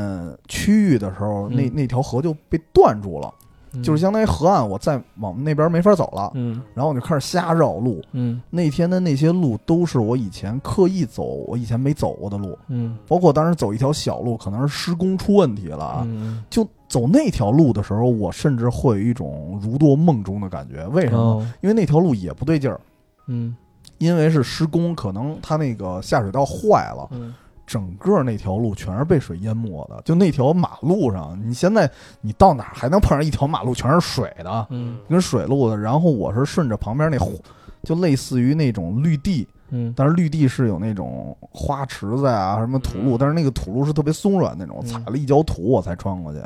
区域的时候，那嗯那条河就被断住了，嗯就是相当于河岸，我再往那边没法走了，嗯然后我就开始瞎绕路。嗯那天的那些路都是我以前刻意走，我以前没走过的路，嗯包括当时走一条小路，可能是施工出问题了啊。嗯就走那条路的时候，我甚至会有一种如堕梦中的感觉。为什么？哦因为那条路也不对劲儿，嗯因为是施工，可能它那个下水道坏了，嗯整个那条路全是被水淹没的，就那条马路上，你现在你到哪儿还能碰上一条马路全是水 的，嗯跟水路的。然后我是顺着旁边那湖，就类似于那种绿地，嗯但是绿地是有那种花池子呀、什么土路，但是那个土路是特别松软那种，嗯踩了一脚土我才穿过去。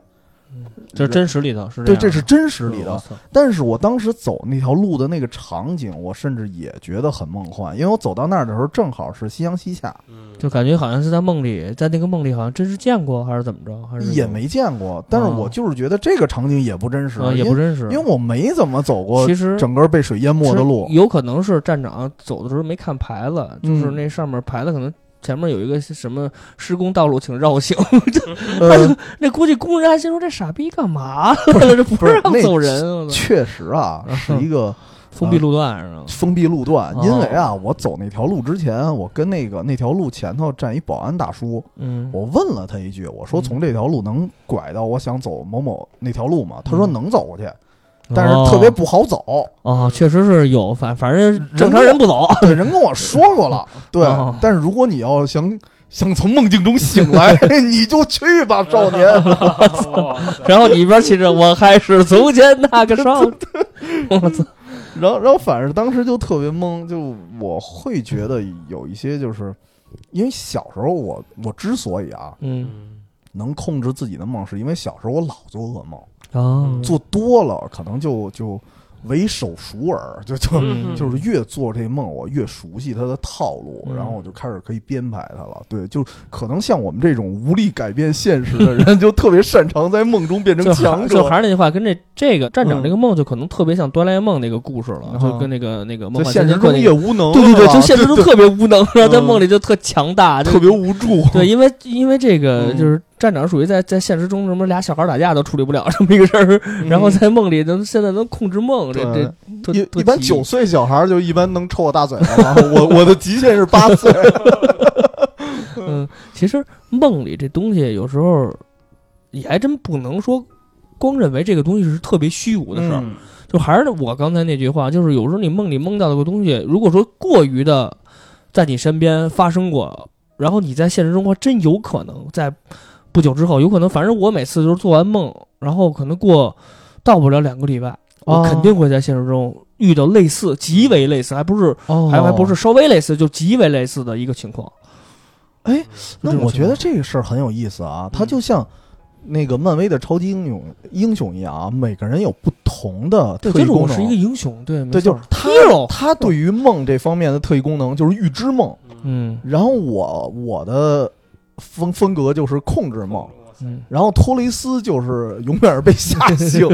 这是真实里头是对，这哦这是真实里头的。。但是我当时走那条路的那个场景，我甚至也觉得很梦幻，因为我走到那儿的时候正好是夕阳西下，嗯，就感觉好像是在梦里，在那个梦里好像真是见过，还是怎么着，还是也没见过。但是我就是觉得这个场景也不真实，啊，也因不真实因为。我没怎么走过其实整个被水淹没的路是。有可能是站长走的时候没看牌子，就是嗯那上面牌子可能前面有一个什么施工道路，请绕行。 呃，那估计工人还心说这傻逼干嘛？ 这不让那啊走人啊，确实啊，是一个封闭路段是吧？封闭路段哦，因为啊，我走那条路之前，我跟那个那条路前头站一保安大叔，嗯，我问了他一句，我说从这条路能拐到我想走某某那条路吗？嗯他说能走过去，但是特别不好走。哦，确实是有，反反正正常人人不走，对，人跟我说过了，对哦，但是如果你要想想从梦境中醒来， 你就去吧，少年。哦然后你一边骑着，我还是从前那个 少年。我操！然后，然后反正当时就特别懵，就我会觉得有一些就是。因为小时候我我之所以啊 嗯，嗯能控制自己的梦，是因为小时候我老做噩梦，哦，做多了可能就就为手熟耳，就就、嗯就是越做这梦，我越熟悉它的套路，嗯然后我就开始可以编排它了。对，就可能像我们这种无力改变现实的人，就特别擅长在梦中变成就还强就者。还是那句话，跟这这个站长嗯这个梦，就可能特别像《哆啦 A 梦》那个故事了，嗯就跟那个那个梦在幻现实三剑客中也那个，无能，对对对，是吧就现实中哦对特别无能，然后在嗯梦里就特强大，就特别无助。对，因为因为这个嗯就是站长属于在在现实中什么俩小孩打架都处理不了 这么一个事儿，嗯然后在梦里能现在能控制梦，这对这特一特一般奇九岁小孩就一般能抽我大嘴巴， 然后我我的极限是八岁。嗯，其实梦里这东西有时候也还真不能说光认为这个东西是特别虚无的事儿，嗯就还是我刚才那句话，就是有时候你梦里梦到的个东西，如果说过于的在你身边发生过，然后你在现实中还真有可能在不久之后，有可能，反正我每次就是做完梦，然后可能过到不了两个礼拜，我哦肯定会在现实中遇到类似、极为类似，还不是哦还还不是稍微类似，就极为类似的一个情况。嗯哎，那这种我情觉得况这个事儿很有意思啊，它嗯就像那个漫威的超级英雄英雄一样啊，每个人有不同的对，特就异是功我是一个能。英雄，对，没对，就错是他 hero，他对于梦这方面的特异功能就是预知梦，嗯然后我我的风风格就是控制梦，嗯，然后托雷斯就是永远是被吓 醒，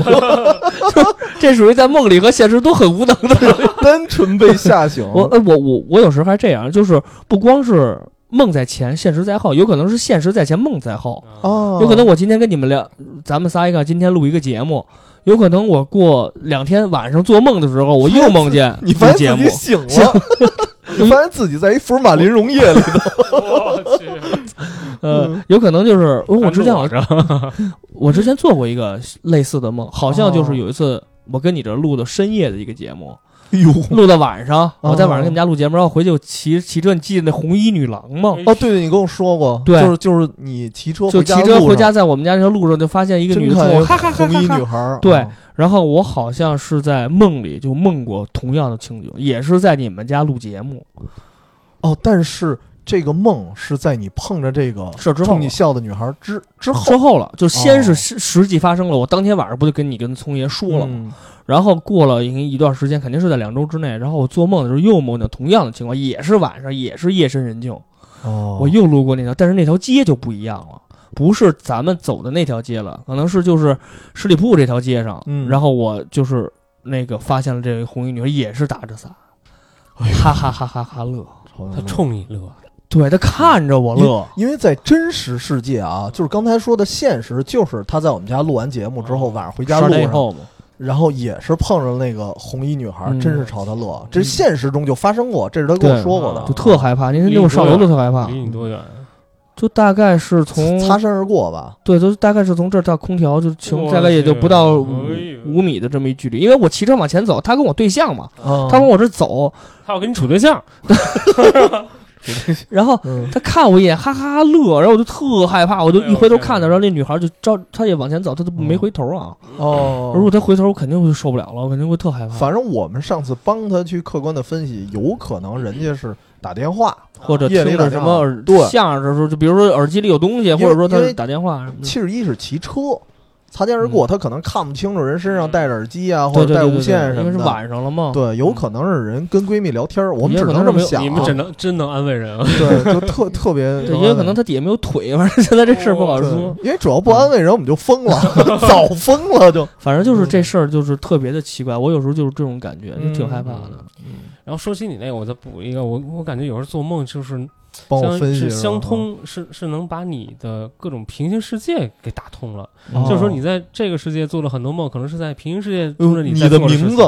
这属于在梦里和现实都很无能的单纯被吓醒。我呃我我我有时候还这样，就是不光是梦在前，现实在后，有可能是现实在前，梦在后。哦啊，有可能我今天跟你们聊，咱们仨一个今天录一个节目，有可能我过两天晚上做梦的时候，我又梦见 你录发节现自目己，醒了， 你发现自己在一福尔马林溶液里， 我去，呃嗯，有可能就是因为我之前好还像我之前做过一个类似的梦，好像哦就是有一次我跟你这录的深夜的一个节目，哎呦，录到晚上，我在晚上哦跟你们家录节目，然后回去我骑骑车，你记得那红衣女郎吗？哦，对对，你跟我说过，对就是就是你骑车就家骑的车路回上家，在我们家那条路上就发现一个女的真看冲我见哈哈哈红哈衣哈女。孩儿，对啊然后我好像是在梦里就梦过同样的情景，也是在你们家录节目，哦，但是这个梦是在你碰着这个是之后冲你了嗯笑的女孩之之后之后了，就先是哦实实际发生了，我当天晚上不就跟你跟聪爷说了吗？嗯然后过了一一段时间，肯定是在两周之内，然后我做梦的时候又梦见同样的情况，也是晚上，也是夜深人静，哦，我又路过那条，但是那条街就不一样了，不是咱们走的那条街了，可能是就是十里铺这条街上。嗯然后我就是那个发现了这个红衣女孩也是打着伞，哈哈哈哈哈乐，他冲你乐，哎对她看着我乐，因为在真实世界啊，就是刚才说的现实，就是他在我们家录完节目之后，晚上回家十路点以上，后嘛，然后也是碰上那个红衣女孩儿，嗯真是朝他乐。这现实中就发生过，这是他跟对我说过啊的就，特害怕，那天离就你上多楼远就特害怕，离你多远啊？就大概是从擦身而过吧。对，就大概是从这儿到空调就哇停，大概也就不到五哎呦五米的这么一距离，因为我骑车往前走，他跟我对象嘛，他他啊往我这走，他要跟你处对象，然后 嗯，他看我一眼，哈哈哈乐，然后我就特害怕，我就哎呦一回头天看他，哪然后那女孩就照，她也往前走，她都没回头啊。哦如果她回头，我肯定会受不了了，我肯定会特害怕，反正我们上次帮他去客观的分析，有可能人家是打电话。或者啊夜里听着打什架么耳对相声的时候，就比如说耳机里有东西，为或者说她因为打电话什么的。七十一是骑车，擦肩而过，嗯他可能看不清楚人身上戴着耳机啊，或嗯对者对戴对无对线对，什因为么是的。晚上了嘛，对，有可能是人跟闺蜜聊天儿，我们也只可能这么是没有想啊。你们只能真能安慰人啊。对，就特特别，对，也有可能他底下没有腿， 反正现在这事儿不好哦对说。嗯因为主要不安慰人，我们就疯了，早疯了就。反正就是这事儿就是特别的奇怪，我有时候就是这种感觉，就挺害怕的。然后说起你那个，我再补一个，我我感觉有时候做梦就是帮我相哦分析是是吧嗯相，通，是是能把你的各种平行世界给打通了。哦就是说你在这个世界做了很多梦，可能是在平行世界嗯中的你在的做事名情字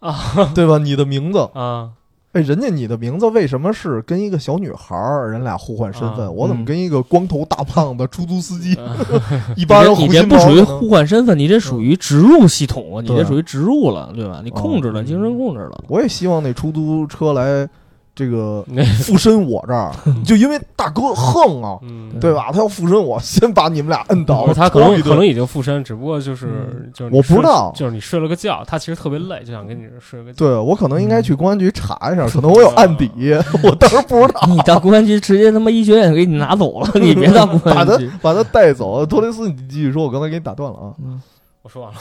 啊对吧？你的名字， 啊，哎，人家你的名字为什么是跟一个小女孩儿，人俩互换身份？啊我怎么嗯跟一个光头大胖子出租司机、呃 一你般这人你胡这心不毛属于可能互换身份，你这属于植入系统啊，你对哦这属于植入了，对吧？你控制了，嗯精神控制了。 我也希望那出租车来这个那附身我这 儿，就因为大哥横啊，嗯，对吧？他要附身我，先把你们俩摁倒不，是他可戳能一可顿嗯能已经附身，只不过就是就是你我不知睡道就是你睡了个觉，他其实特别累，就想跟你睡个觉。对我可能应嗯该去公安局查一 下，可能我有案底，啊 我当时不知道，你到公安局直接他妈医学院给你拿走了，你别到 公 把安他局。把他带走。托雷斯，你继续说，我刚才给你打断了啊嗯我说 完了，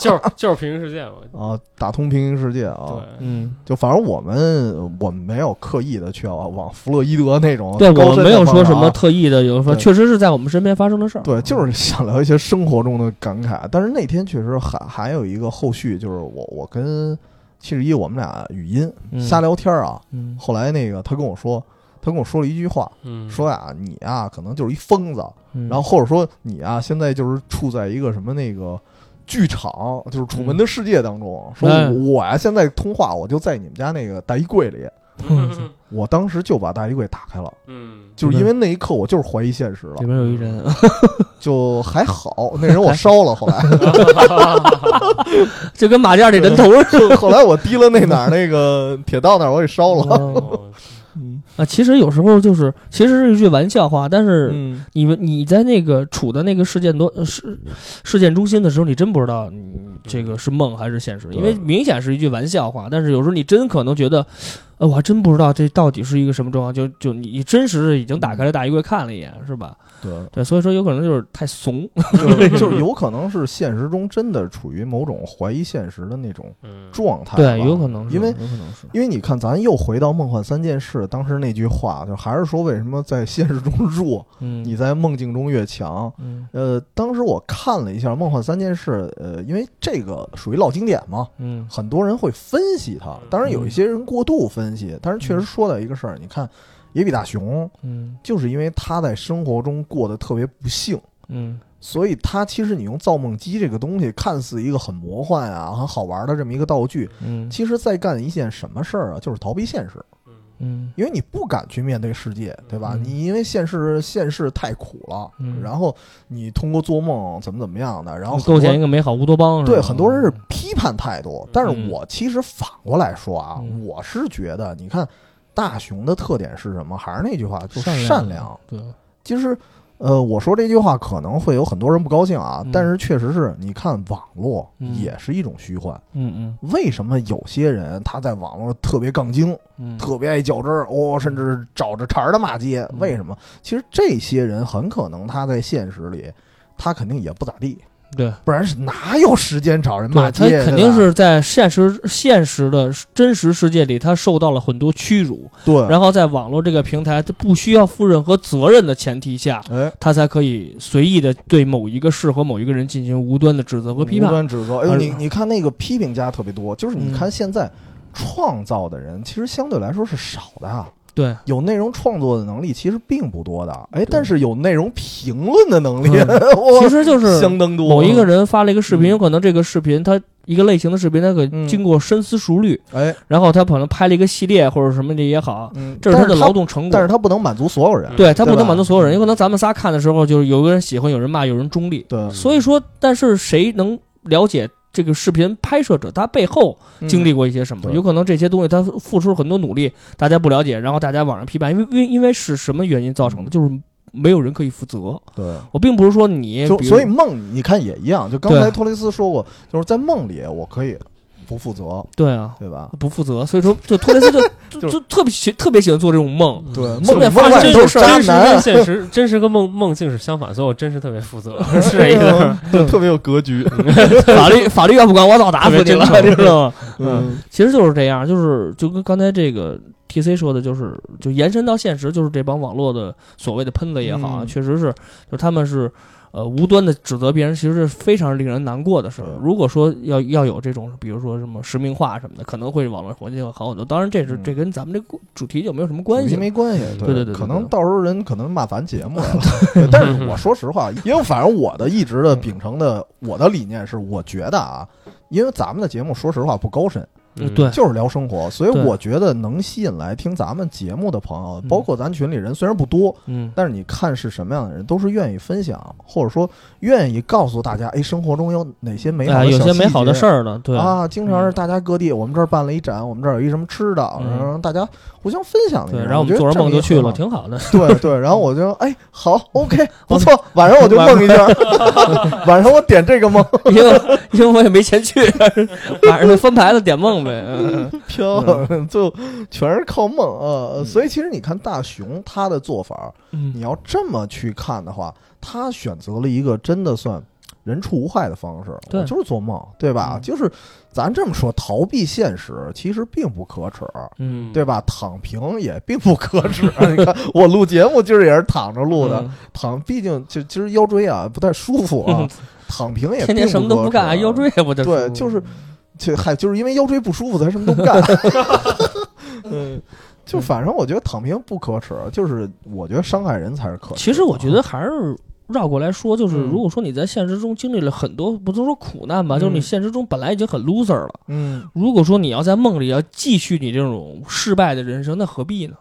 就是就是平行世界嘛。啊！打通平行世界啊，对，嗯，就反正我们我们没有刻意的去要往弗洛伊德那种对，高我深的没有方说向什啊么特意的，有时候对确实是在我们身边发生的事儿。对，就是 想聊一些生活中的感慨。但是那天确实还还有一个后续，就是我我跟七十一我们俩语音嗯瞎聊天啊。嗯后来那个他跟我说，他跟我说了一句话，嗯，说呀、你啊可能就是一疯子，嗯，然后或者说你啊现在就是处在一个什么那个。剧场就是楚门的世界当中，啊说哎我呀、现在通话，我就在你们家那个大衣柜里，嗯我当时就把大衣柜打开了，嗯，就是因为那一刻我就是怀疑现实了里，面有一人， 就还好，那人我烧了，后来就跟马甸那人头 似的。后来我提了那哪儿那个铁道那儿，我给烧了。 嗯啊，其实有时候就是，其实是一句玩笑话，但是嗯，你们你在那个处的那个事件多呃事事件中心的时候，你真不知道你这个是梦还是现实，因为对明显是一句玩笑话。但是有时候你真可能觉得，呃，我还真不知道这到底是一个什么状况，就就你你真实是已经打开了大衣柜看了一眼，是吧？对，对，所以说有可能就是太怂，就是就是有可能是现实中真的处于某种怀疑现实的那种嗯状态吧，对，有可能是，因为有。可能是。因为你看，咱又回到《梦幻三件事》当时那句话，就还是说为什么在现实中弱，嗯，你在梦境中越强。嗯呃，当时我看了一下《梦幻三件事》，呃，因为这个属于老经典嘛，嗯很多人会分析它，当然有一些人过度分析，但是确实说到一个事儿，你看野比大雄嗯就是因为他在生活中过得特别不幸，嗯所以他其实你用造梦机这个东西，看似一个很魔幻啊、很好玩的这么一个道具，嗯其实在干一件什么事儿啊？就是逃避现实，嗯因为你不敢去面对世界，对吧？嗯你因为现实现世太苦了，嗯然后你通过做梦怎么怎么样的，然后嗯，很多构建一个美好乌托邦是吧，对，很多人是批判态度，但是嗯我其实反过来说啊，嗯我是觉得，你看大雄的特点是什么？还是那句话，就是善善良良。啊对，其实，呃，我说这句话可能会有很多人不高兴啊，嗯但是确实是你看网络嗯也是一种虚幻。嗯嗯为什么有些人他在网络特别杠精，嗯，特别爱较真儿，哦，甚至找着茬儿的骂街？嗯为什么？其实这些人很可能他在现实里，他肯定也不咋地。对。不然是哪有时间找人骂对他街？肯对定吧是在现实现实的真实世界里，他受到了很多屈辱，对，然后在网络这个平台，他不需要负任何责任的前提下，哎，他才可以随意的对某一个事和某一个人进行无端的指责和批无判。端指责。哎呦，而你你看那个批评家特别多，就是你嗯看现在创造的人其实相对来说是少的，啊对，有内容创作的能力其实并不多的。哎，对但是有内容评论的能力，嗯 哇其实就是相当多。某一个人发了一个视频，嗯有可能这个视频他一个类型的视频，他可嗯经过深思熟虑，哎，然后他可能拍了一个系列或者什么的也好，嗯，这是他但的劳，动成但是果。他不能满足所有人。对他不对能吧嗯满足所有人，有可能咱们仨看的时候，就是有个人喜欢，有人骂，有人中立。对，嗯所以说，但是谁能了解这个视频拍摄者他背后嗯经历过一些什么？对有可能这些东西他付出了很多努力，大家不了解，然后大家网上批判，因为因为因为是什么原因造嗯成的？就是没有人可以负责。对。我并不是说你，就比如所以梦，你看也一样。就刚才对托雷斯说过，就是在梦里我可以不负责，对啊，对吧？不负责，所以说就托雷斯就就就是就特别 喜特别喜欢做这种梦，对，顺梦里嗯便发梦现外这都种是事渣真实跟男，现实真实跟梦梦境是相反，所以我真是特别负 责，是对一个嗯对，特别有格局。法律法律要不管我早打死你了，特别真 诚你知道吗？嗯，其实就是这样，就是就跟刚才这个 T C 说的，就是就延伸到现实，就是这帮网络的所谓的喷子也好啊，嗯确实是，就他们是呃无端的指责别人，其实是非常令人难过的事儿对。如果说要要有这种，比如说什么实名化什么的，可能会网络环境会好很多。当然，这是嗯这跟咱们这个主题就没有什么关系没关系，对对对对可能到时候人可能骂咱节 目了。对但是我说实话，因为反正我的一直的秉承的我的理念是，我觉得啊，因为咱们的节目说实话不高深，嗯对，就是聊生活，所以对我觉得能吸引来听咱们节目的朋友嗯，包括咱群里人虽然不多，嗯，但是你看是什么样的人，都是愿意分享，或者说愿意告诉大家，哎，生活中有哪些美好哎，的有小些细美好的节事儿呢，对，啊，经常是嗯大家各地，我们这儿办了一展，我们这儿有一什么吃的，嗯然后让大家互相分享一下。对，然后我觉得们做着这梦样就也去很了，好。挺好的。 对对，然后我就哎，好，OK，不错，晚上我就梦一 下，晚上我点这个梦，因为因为我也没钱去，晚上就翻牌子点梦呗。嗯飘，就全是靠梦啊。呃所以其实你看大熊他的做法，嗯 你要这么去看的话，他选择了一个真的算人畜无害的方式，对我就是做梦，对吧？嗯就是咱这么说，逃避现实其实并不可耻，嗯，对吧？躺平也并不可耻。啊你看我录节目今儿也是躺着录的，嗯躺毕竟就其实腰椎啊不太舒服啊，躺平也天天并什么都可不干，耻啊还腰椎也不得对，舒服就是，就嗨，就是因为腰椎不舒服才什么都不干。 嗯，就反正我觉得躺平不可耻，就是我觉得伤害人才是可耻的。啊其实我觉得还是绕过来说，就是嗯如果说你在现实中经历了很多，不能说苦难吧，就是你嗯现实中本来已经很 loser 了，嗯，如果说你要在梦里要继续你这种失败的人生，那何必呢？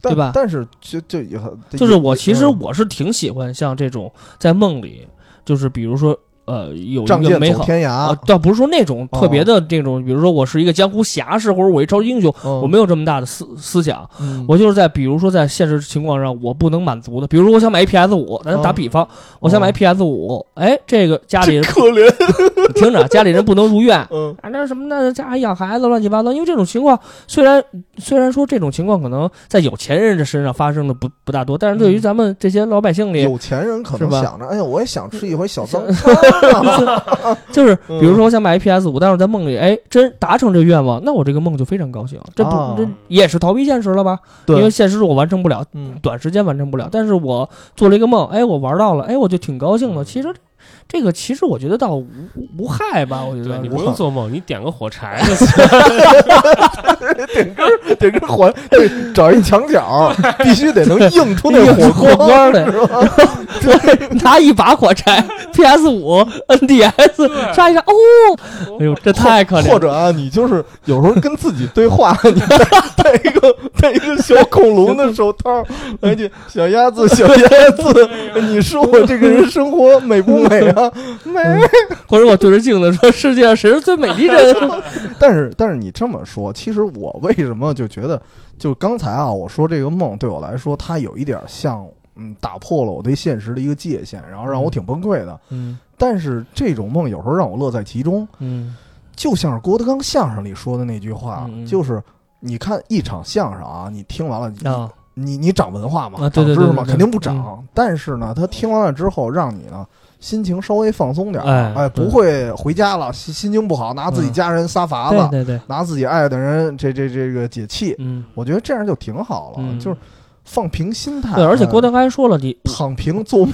但对吧但是就就也很就是我其实嗯我是挺喜欢像这种在梦里，就是比如说呃有一仗个剑美走好。天啊涯，，哦倒不是说那种特别的这种，比如说我是一个江湖侠士，或者我一超级英雄，我我没有这么大的思思想，嗯我就是在比如说在现实情况上我不能满足的，比如说我想买一 PS 五，咱打嗯比方，我想买哦 PS 五，哎，这个家 里人可怜，听着，家里人不能 如愿。嗯啊，那什么，那家还养孩子，乱七八糟。因为这种情况，虽然虽然说这种情况可能在有钱人的身上发生的不不大多，但是对于嗯咱们这些老百姓里，有钱人可是能吧想着，哎呀，我也想吃一回小脏摊儿啊就是比如说我想买一 PS 五，但是我在梦里，哎，真达成这个愿望，那我这个梦就非常高兴。这不、啊这也是逃避现实了吧？因为对，现实我完成不了，嗯，短时间完成不了，但是我做了一个梦，哎，我玩到了，哎，我就挺高兴的。嗯其实这个其实我觉得倒无无害吧，我觉对得 你无不害用做梦，你点个火柴就行。得是环，对，找一墙角，必须得能映出那有火光，光的，是吧？拿一把火柴，PS 五、NDS 杀一杀，哦，哎呦，这太可怜或了。者啊，你就是有时候跟自己对话，你戴戴一个戴一个小恐龙的手套，而且小鸭子小鸭子，你说我这个人生活美不美啊？美。或者我对着镜子说：“世界上谁是最美丽的人但是但是你这么说，其实我为什么就觉得，就刚才啊，我说这个梦对我来说，它有一点像。嗯，打破了我对现实的一个界限，然后让我挺崩溃的。？” 嗯但是这种梦有时候让我乐在其中，嗯就像是郭德纲相声里说的那句话，嗯嗯就是你看一场相声啊，你听完了，你、啊，你你长文化嘛，啊对长知对识对嘛，对对嗯肯定不长。但是呢，他听完了之后，让你呢心情稍微放松点儿，哎哎对不会回家了心心情不好，拿自己嗯家人撒法子，对对对，拿自己爱的人这这这个解气，嗯，我觉得这样就挺好了，嗯就是放平心态。对，而且郭哎德纲还说了，你躺平做 梦，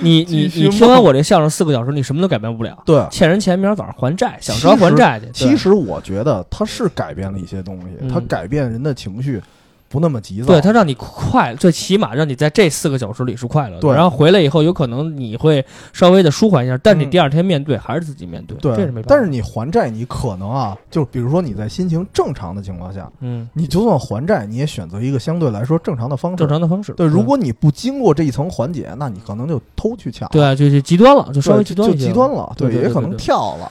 你你继续你梦听完我这相声四个小时，你什么都改变不了。对。欠人钱，明儿早上还债，想着其实还债去。对其实我觉得他是改变了一些东西，嗯他改变人的情绪，不那么急躁。对它让你快，最起码让你在这四个小时里是快乐的。对然后回来以后，有可能你会稍微的舒缓一下，但你第二天面对还是自己面对，嗯对，这是没办法。但是，你还债，你可能啊，就比如说你在心情正常的情况下，嗯，你就算还债，你也选择一个相对来说正常的方式。正常的方式。对，嗯如果你不经过这一层缓解，那你可能就偷去抢，对，就就极端了，就对，稍微就极端就一些极端了，对对也对可对能对跳了。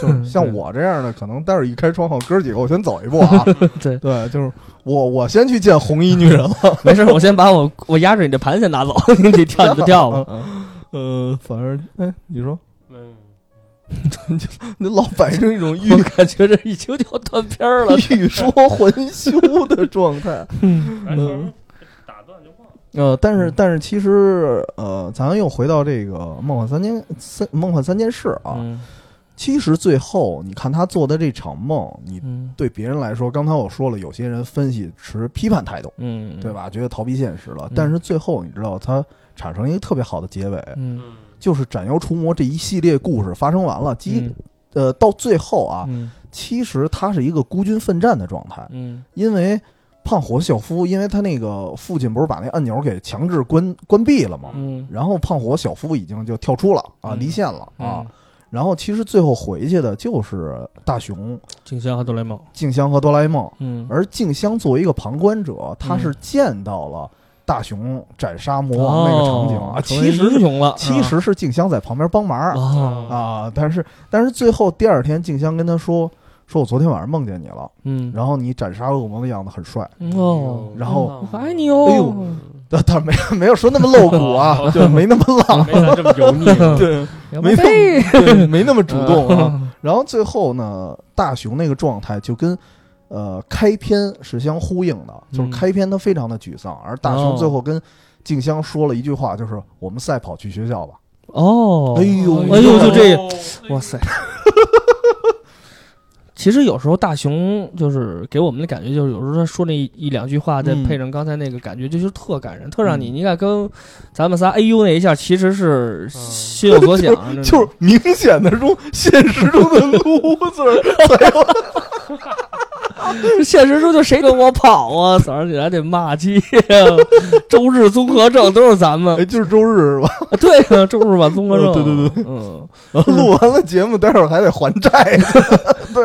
就是像我这样的，可能待会儿一开窗户，哥几个我先走一步啊。 对，对，就是我我先去见红衣女 人了。没事，我先把我我压着你的盘先拿走， 嗯你跳你就跳吧。呃，反正哎，你说嗯那 老百姓一 种欲我感觉这已经要断片儿 了。欲说还休的状态。嗯打断就忘了。 呃，但是但是其实呃，咱们又回到这个《梦幻三件三梦幻三件事》啊，嗯其实最后你看他做的这场梦，你嗯对别人来说，刚才我说了，有些人分析持批判态度，嗯， 对吧？吧？觉得逃避现实了，但是最后你知道他。产生一个特别好的结尾，嗯嗯，就是斩妖除魔这一系列故事发生完了，基、嗯呃到最后啊，嗯其实他是一个孤军奋战的状态，嗯因为胖虎小夫，因为他那个父亲不是把那按钮给强制关关闭了吗？嗯然后胖虎小夫已经就跳出了啊，嗯离线了啊。，然后其实最后回去的就是大雄、静香和哆啦 A 梦，静香和哆啦 A 梦，嗯，而静香作为一个旁观者，他是见到了大雄斩杀魔王那个场景啊。哦成为其英实雄了，其实是静香在旁边帮啊忙哦，啊，但是但是最后第二天，静香跟他说。说我昨天晚上梦见你了，嗯，然后你斩杀恶魔的样子很帅，嗯哦，然后我爱你哦，哎呦 但但没没有说那么露骨啊，就 没那么浪，没咱这么油腻 哎了。对，嗯杨嗯没贵妃那么对没那么主动啊。然后最后呢，大雄那个状态就跟呃开篇是相呼应的，就是嗯开篇他非常的沮丧，而大雄哦最后跟静香说了一句话，就是我们赛跑去学校吧。哦，哎呦哎呦，就这，哦哇塞！ 其实有时候大雄就是给我们的感觉，就是有时候他说那一一两句话，再嗯配上刚才那个感觉，就是特感人，特让你你看跟咱们仨哎呦那一下，其实是心有 所想，真的就是明显的中现实中的 loser，才有现实中就谁跟我跑啊，早上起来得骂街 啊，周日综合症都是咱们哎，，就是周日是吧？啊对啊，周日晚综合症，嗯对对，嗯，录完了节目，待会儿还得还债，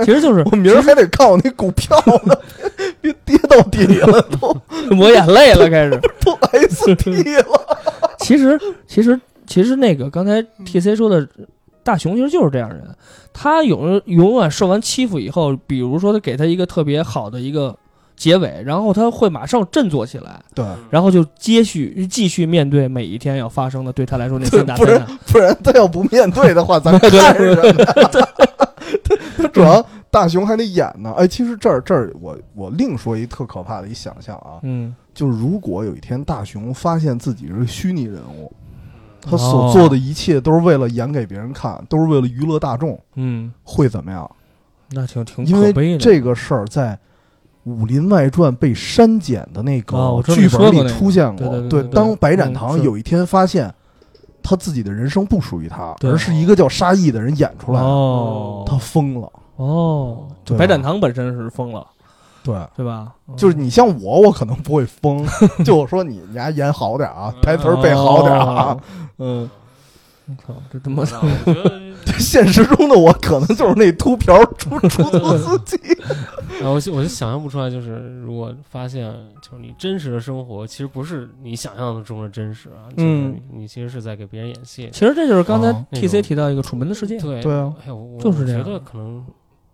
其实就是我 明儿还得看我那股票呢，别别跌到底了，都抹眼泪了，开始。都 ST 了。其实，其实，其实那个刚才嗯 T C 说的，大雄其实就是这样的人。他永永远受完欺负以后，比如说他给他一个特别好的一个结尾，然后他会马上振作起来，对，嗯然后就接续继续面对每一天要发生的对他来说那三大不灾是难。 不然他要不面 对的话，咱看什么呀？他主要大雄还得演呢。哎，其实这儿这儿，我我另说一特可怕的一想象啊，嗯，就是如果有一天大雄发现自己是个虚拟人物，他所做的一切都是为了演给别人看，都是为了娱乐大众，嗯，会怎么样？那挺挺因可悲为的。这个事儿在。《武林外传》被删减的那啊个我知道剧你本说里过那个出现过，对对对对对当白展嗯堂是有一天发现他自己的人生不属于他，对而是一个叫沙溢的人演出来的，哦他疯了。嗯哦，对吧白展堂本身是疯了，对，对吧？嗯就是你像我，我可能不会 疯，就我说你，你还演好点啊，台词儿背好点啊。哦嗯，我靠，这 他妈我觉 得现实中的我可能就是那秃瓢出出租司机。然后我就我就想象不出来，就是如果发现就是你真实的生活其实不是你想象中的真实啊，就是嗯你你其实是在给别人演戏。其实这就是刚才哦那 T C 种提到一个楚门的世界，对对啊哎呦，我就是这我样啊觉得可能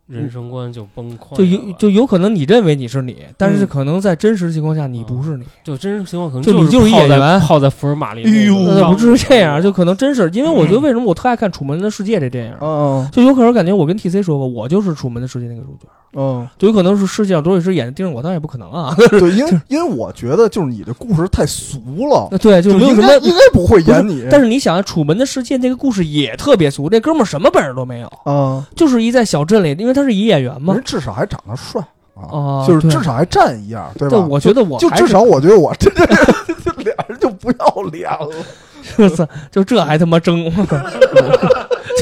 人生观就崩溃了吧，就有就有可能你认为你是你，但是嗯可能在真实情况下你不是你，就真实情况可能就你就就是一泡演在员泡在福尔马林哎那呦个嗯浪呃里，不至于这样，就可能真是因为我觉得为什么我特爱看《楚门的世界》这电影，嗯就有可能感觉我跟 T C 说过，我就是《楚门的世界》那个主角，嗯，就有可能是世界上多律师演的丁我，当然也不可能啊， 对，因为因为我觉得就是你的故事太俗了，那对，就没有应什么该。应该不会演你。但是你想，《啊楚门的世界》那个故事也特别俗，这哥们儿什么本事都没有，嗯，就是一在小镇里，因为他是一演员嘛人。至少还长得帅啊哦，就是对至少还站一样，对吧？但我觉得我就还至是少我觉得我 这这这这俩人就不要脸了。我操， 就这还他妈争，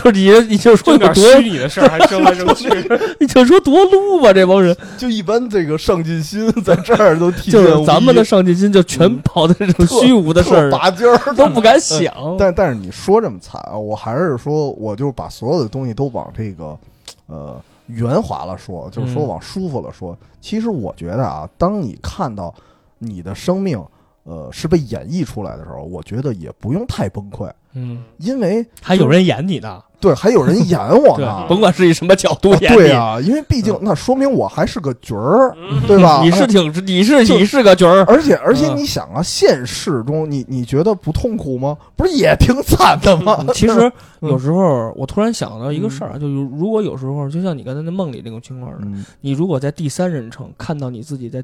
就是你你就说这有点多虚拟的事儿还争来争 去，你就说多撸吧，这帮人就一般这个上进心在这儿都体现就无疑，嗯是咱们的上进心，就全跑到这种虚无的事特儿，拔尖儿。都不敢想。但但是你说这么惨啊，我还是说，我就把所有的东西都往这个，呃，圆滑了说，就是说嗯往舒服了说。其实我觉得啊，当你看到你的生命呃是被演绎出来的时候，我觉得也不用太崩溃，嗯，因为还有人演你呢，对还有人演我 对呢，甭管是以什么角度演你，嗯对啊，因为毕竟那说明我还是个角儿，对吧？ 你是挺，你是你是个 角儿，而且而且嗯你想啊，现实中你你觉得不痛苦吗？不是也挺惨的吗？其实 嗯有时候我突然想到一个事儿啊，就如如果有时候就像你刚才那梦里那种情况似的，嗯你如果在第三人称看到你自己在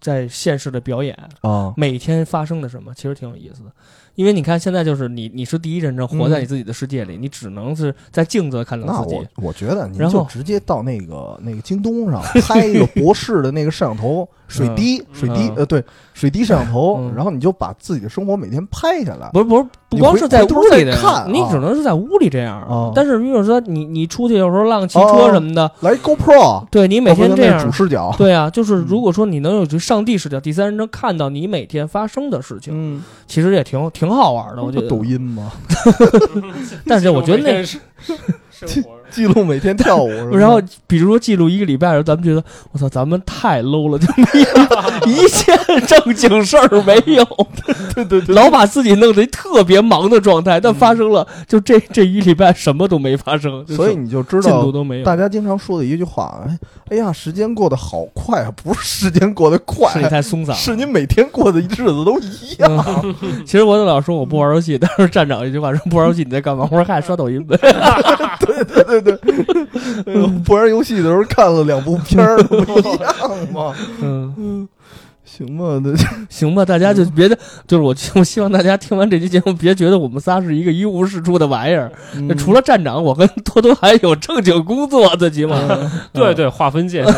在现实的表演，啊，每天发生的什么，其实挺有意思的。因为你看现在就是你你是第一人称，活在你自己的世界里，你只能是在镜子看嗯那到自我己。我觉得您然就后直接到那个那个京东上拍一个博士的那个摄像头，水滴水滴嗯呃对水滴摄像头，嗯然后你就把自己的生活每天拍下来。不是不是，不你光回是在回头屋里再的，看你啊只能是在屋里这样。哦但是比如说你你出去有时候浪骑哦车什么的，来 GoPro，对你每天要这不然那样主，视角，对啊，就是嗯如果说你能有一个上帝视角，第三人称看到你每天发生的事情， 嗯，其实也挺挺好玩的，我觉不得。抖音吗？但是我觉得那是 生活记录每天跳舞什么的，然后比如说记录一个礼拜的时候，咱们觉得我操，咱们太 low 了，就没有一件正经事儿没有，对对对，老把自己弄得特别忙的状态，但发生了就这这一礼拜什么都没发生，就是嗯所以你就知进道度都没有。 大家经常说的一句话，哎哎呀，时间过得好快啊！不是时间过得快，啊是你太松散了，是你每天过的日子都 一样。嗯其实我老说我不玩游戏，但是站长一句话说不玩游戏你在干嘛？我说嗨，刷抖音呗。对对对，哎呦不玩游戏的时候看了两部片儿，不一样 吗？嗯，嗯，行吧，那行吧，大家就别的，就是我我希望大家听完这期节目，别觉得我们仨是一个一无是处的玩意儿。那除嗯了了站长，我跟多多还有正经工作，最起码嗯嗯 嗯对对，划 分界限，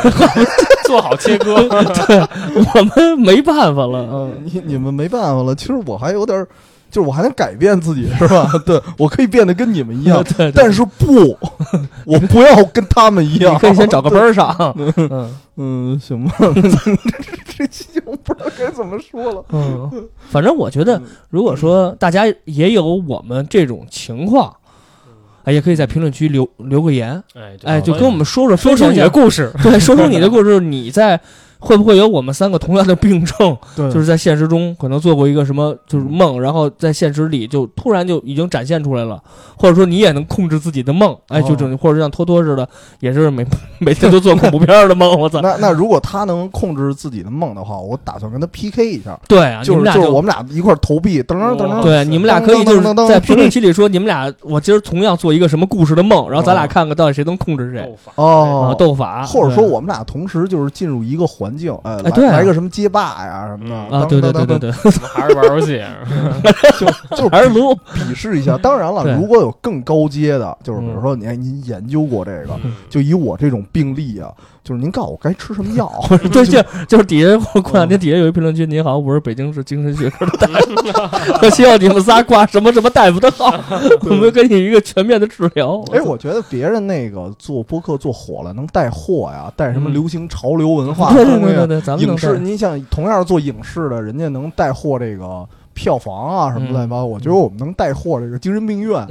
做好切割。嗯我们没办法 了。嗯，你你们没办法了，其实我还有点儿，就是我还能改变自己，是吧？ 对我可以变得跟你们一样， 对，对但是不，我不要跟他们一样。你可以先找个班儿 上。嗯嗯，行吧， 这期节目不知道该怎么说 了。嗯，反正我觉得，如果说大家也有我们这种情况。哎，也可以在评论区留留个言，哎对哎，就跟我们说说，说分说享一你下的故事，对，说出你 的故事，你在会不会有我们三个同样的病症？对就是在现实中可能做过一个什么嗯就是梦，然后在现实里就突然就已经展现出来了，或者说你也能控制自己的梦，哎，就哦这种，或者像托托似的，也是每每天都做恐怖片儿的梦，我操！那那如果他能控制自己的梦的话，我打算跟他 PK 一下，对啊，就你是们俩就是我们俩一块儿投币，噔噔噔哇噔，对，你们俩可以就是在评论区里说，你们俩我今儿同样做一个什么故事的梦，然后咱俩看看到底谁能控制谁斗法啊，哦，斗法，或者说对我们俩同时就是进入一个环境，呃，哎对啊来来个什么街霸呀什么的，嗯啊，当对对对当当对对，还是玩游戏，啊 就是还是撸，比试一下。当然了，对如果有更高阶的，就是比如嗯说您您研究过这个，嗯就以我这种病例啊，就是您告诉我该吃什么药，不 是，对，就就是底下我过两天底下有一评论区，您好，我是北京市精神学科的大夫， 我希望你们仨挂什么什么大夫的 号，我们给你一个全面的治疗。哎，我觉得别人那个做播客做火了，能带货呀，带什么嗯流行潮流文化 对东对西对啊对，对，咱们影能视，干你想同样做影视的，人家能带货这个票房啊什么嗯乱七八糟，我觉得我们能带货这个精神病院，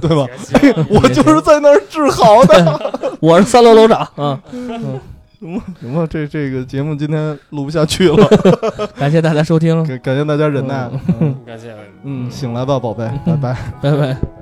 对吧？也行我就是在那儿治好的。我是三楼楼长啊，行吧，这这个节目今天录不下去 了，感谢大家收听，感感谢大家忍耐。感谢。 嗯嗯，醒来吧，宝贝，拜拜。拜拜。拜拜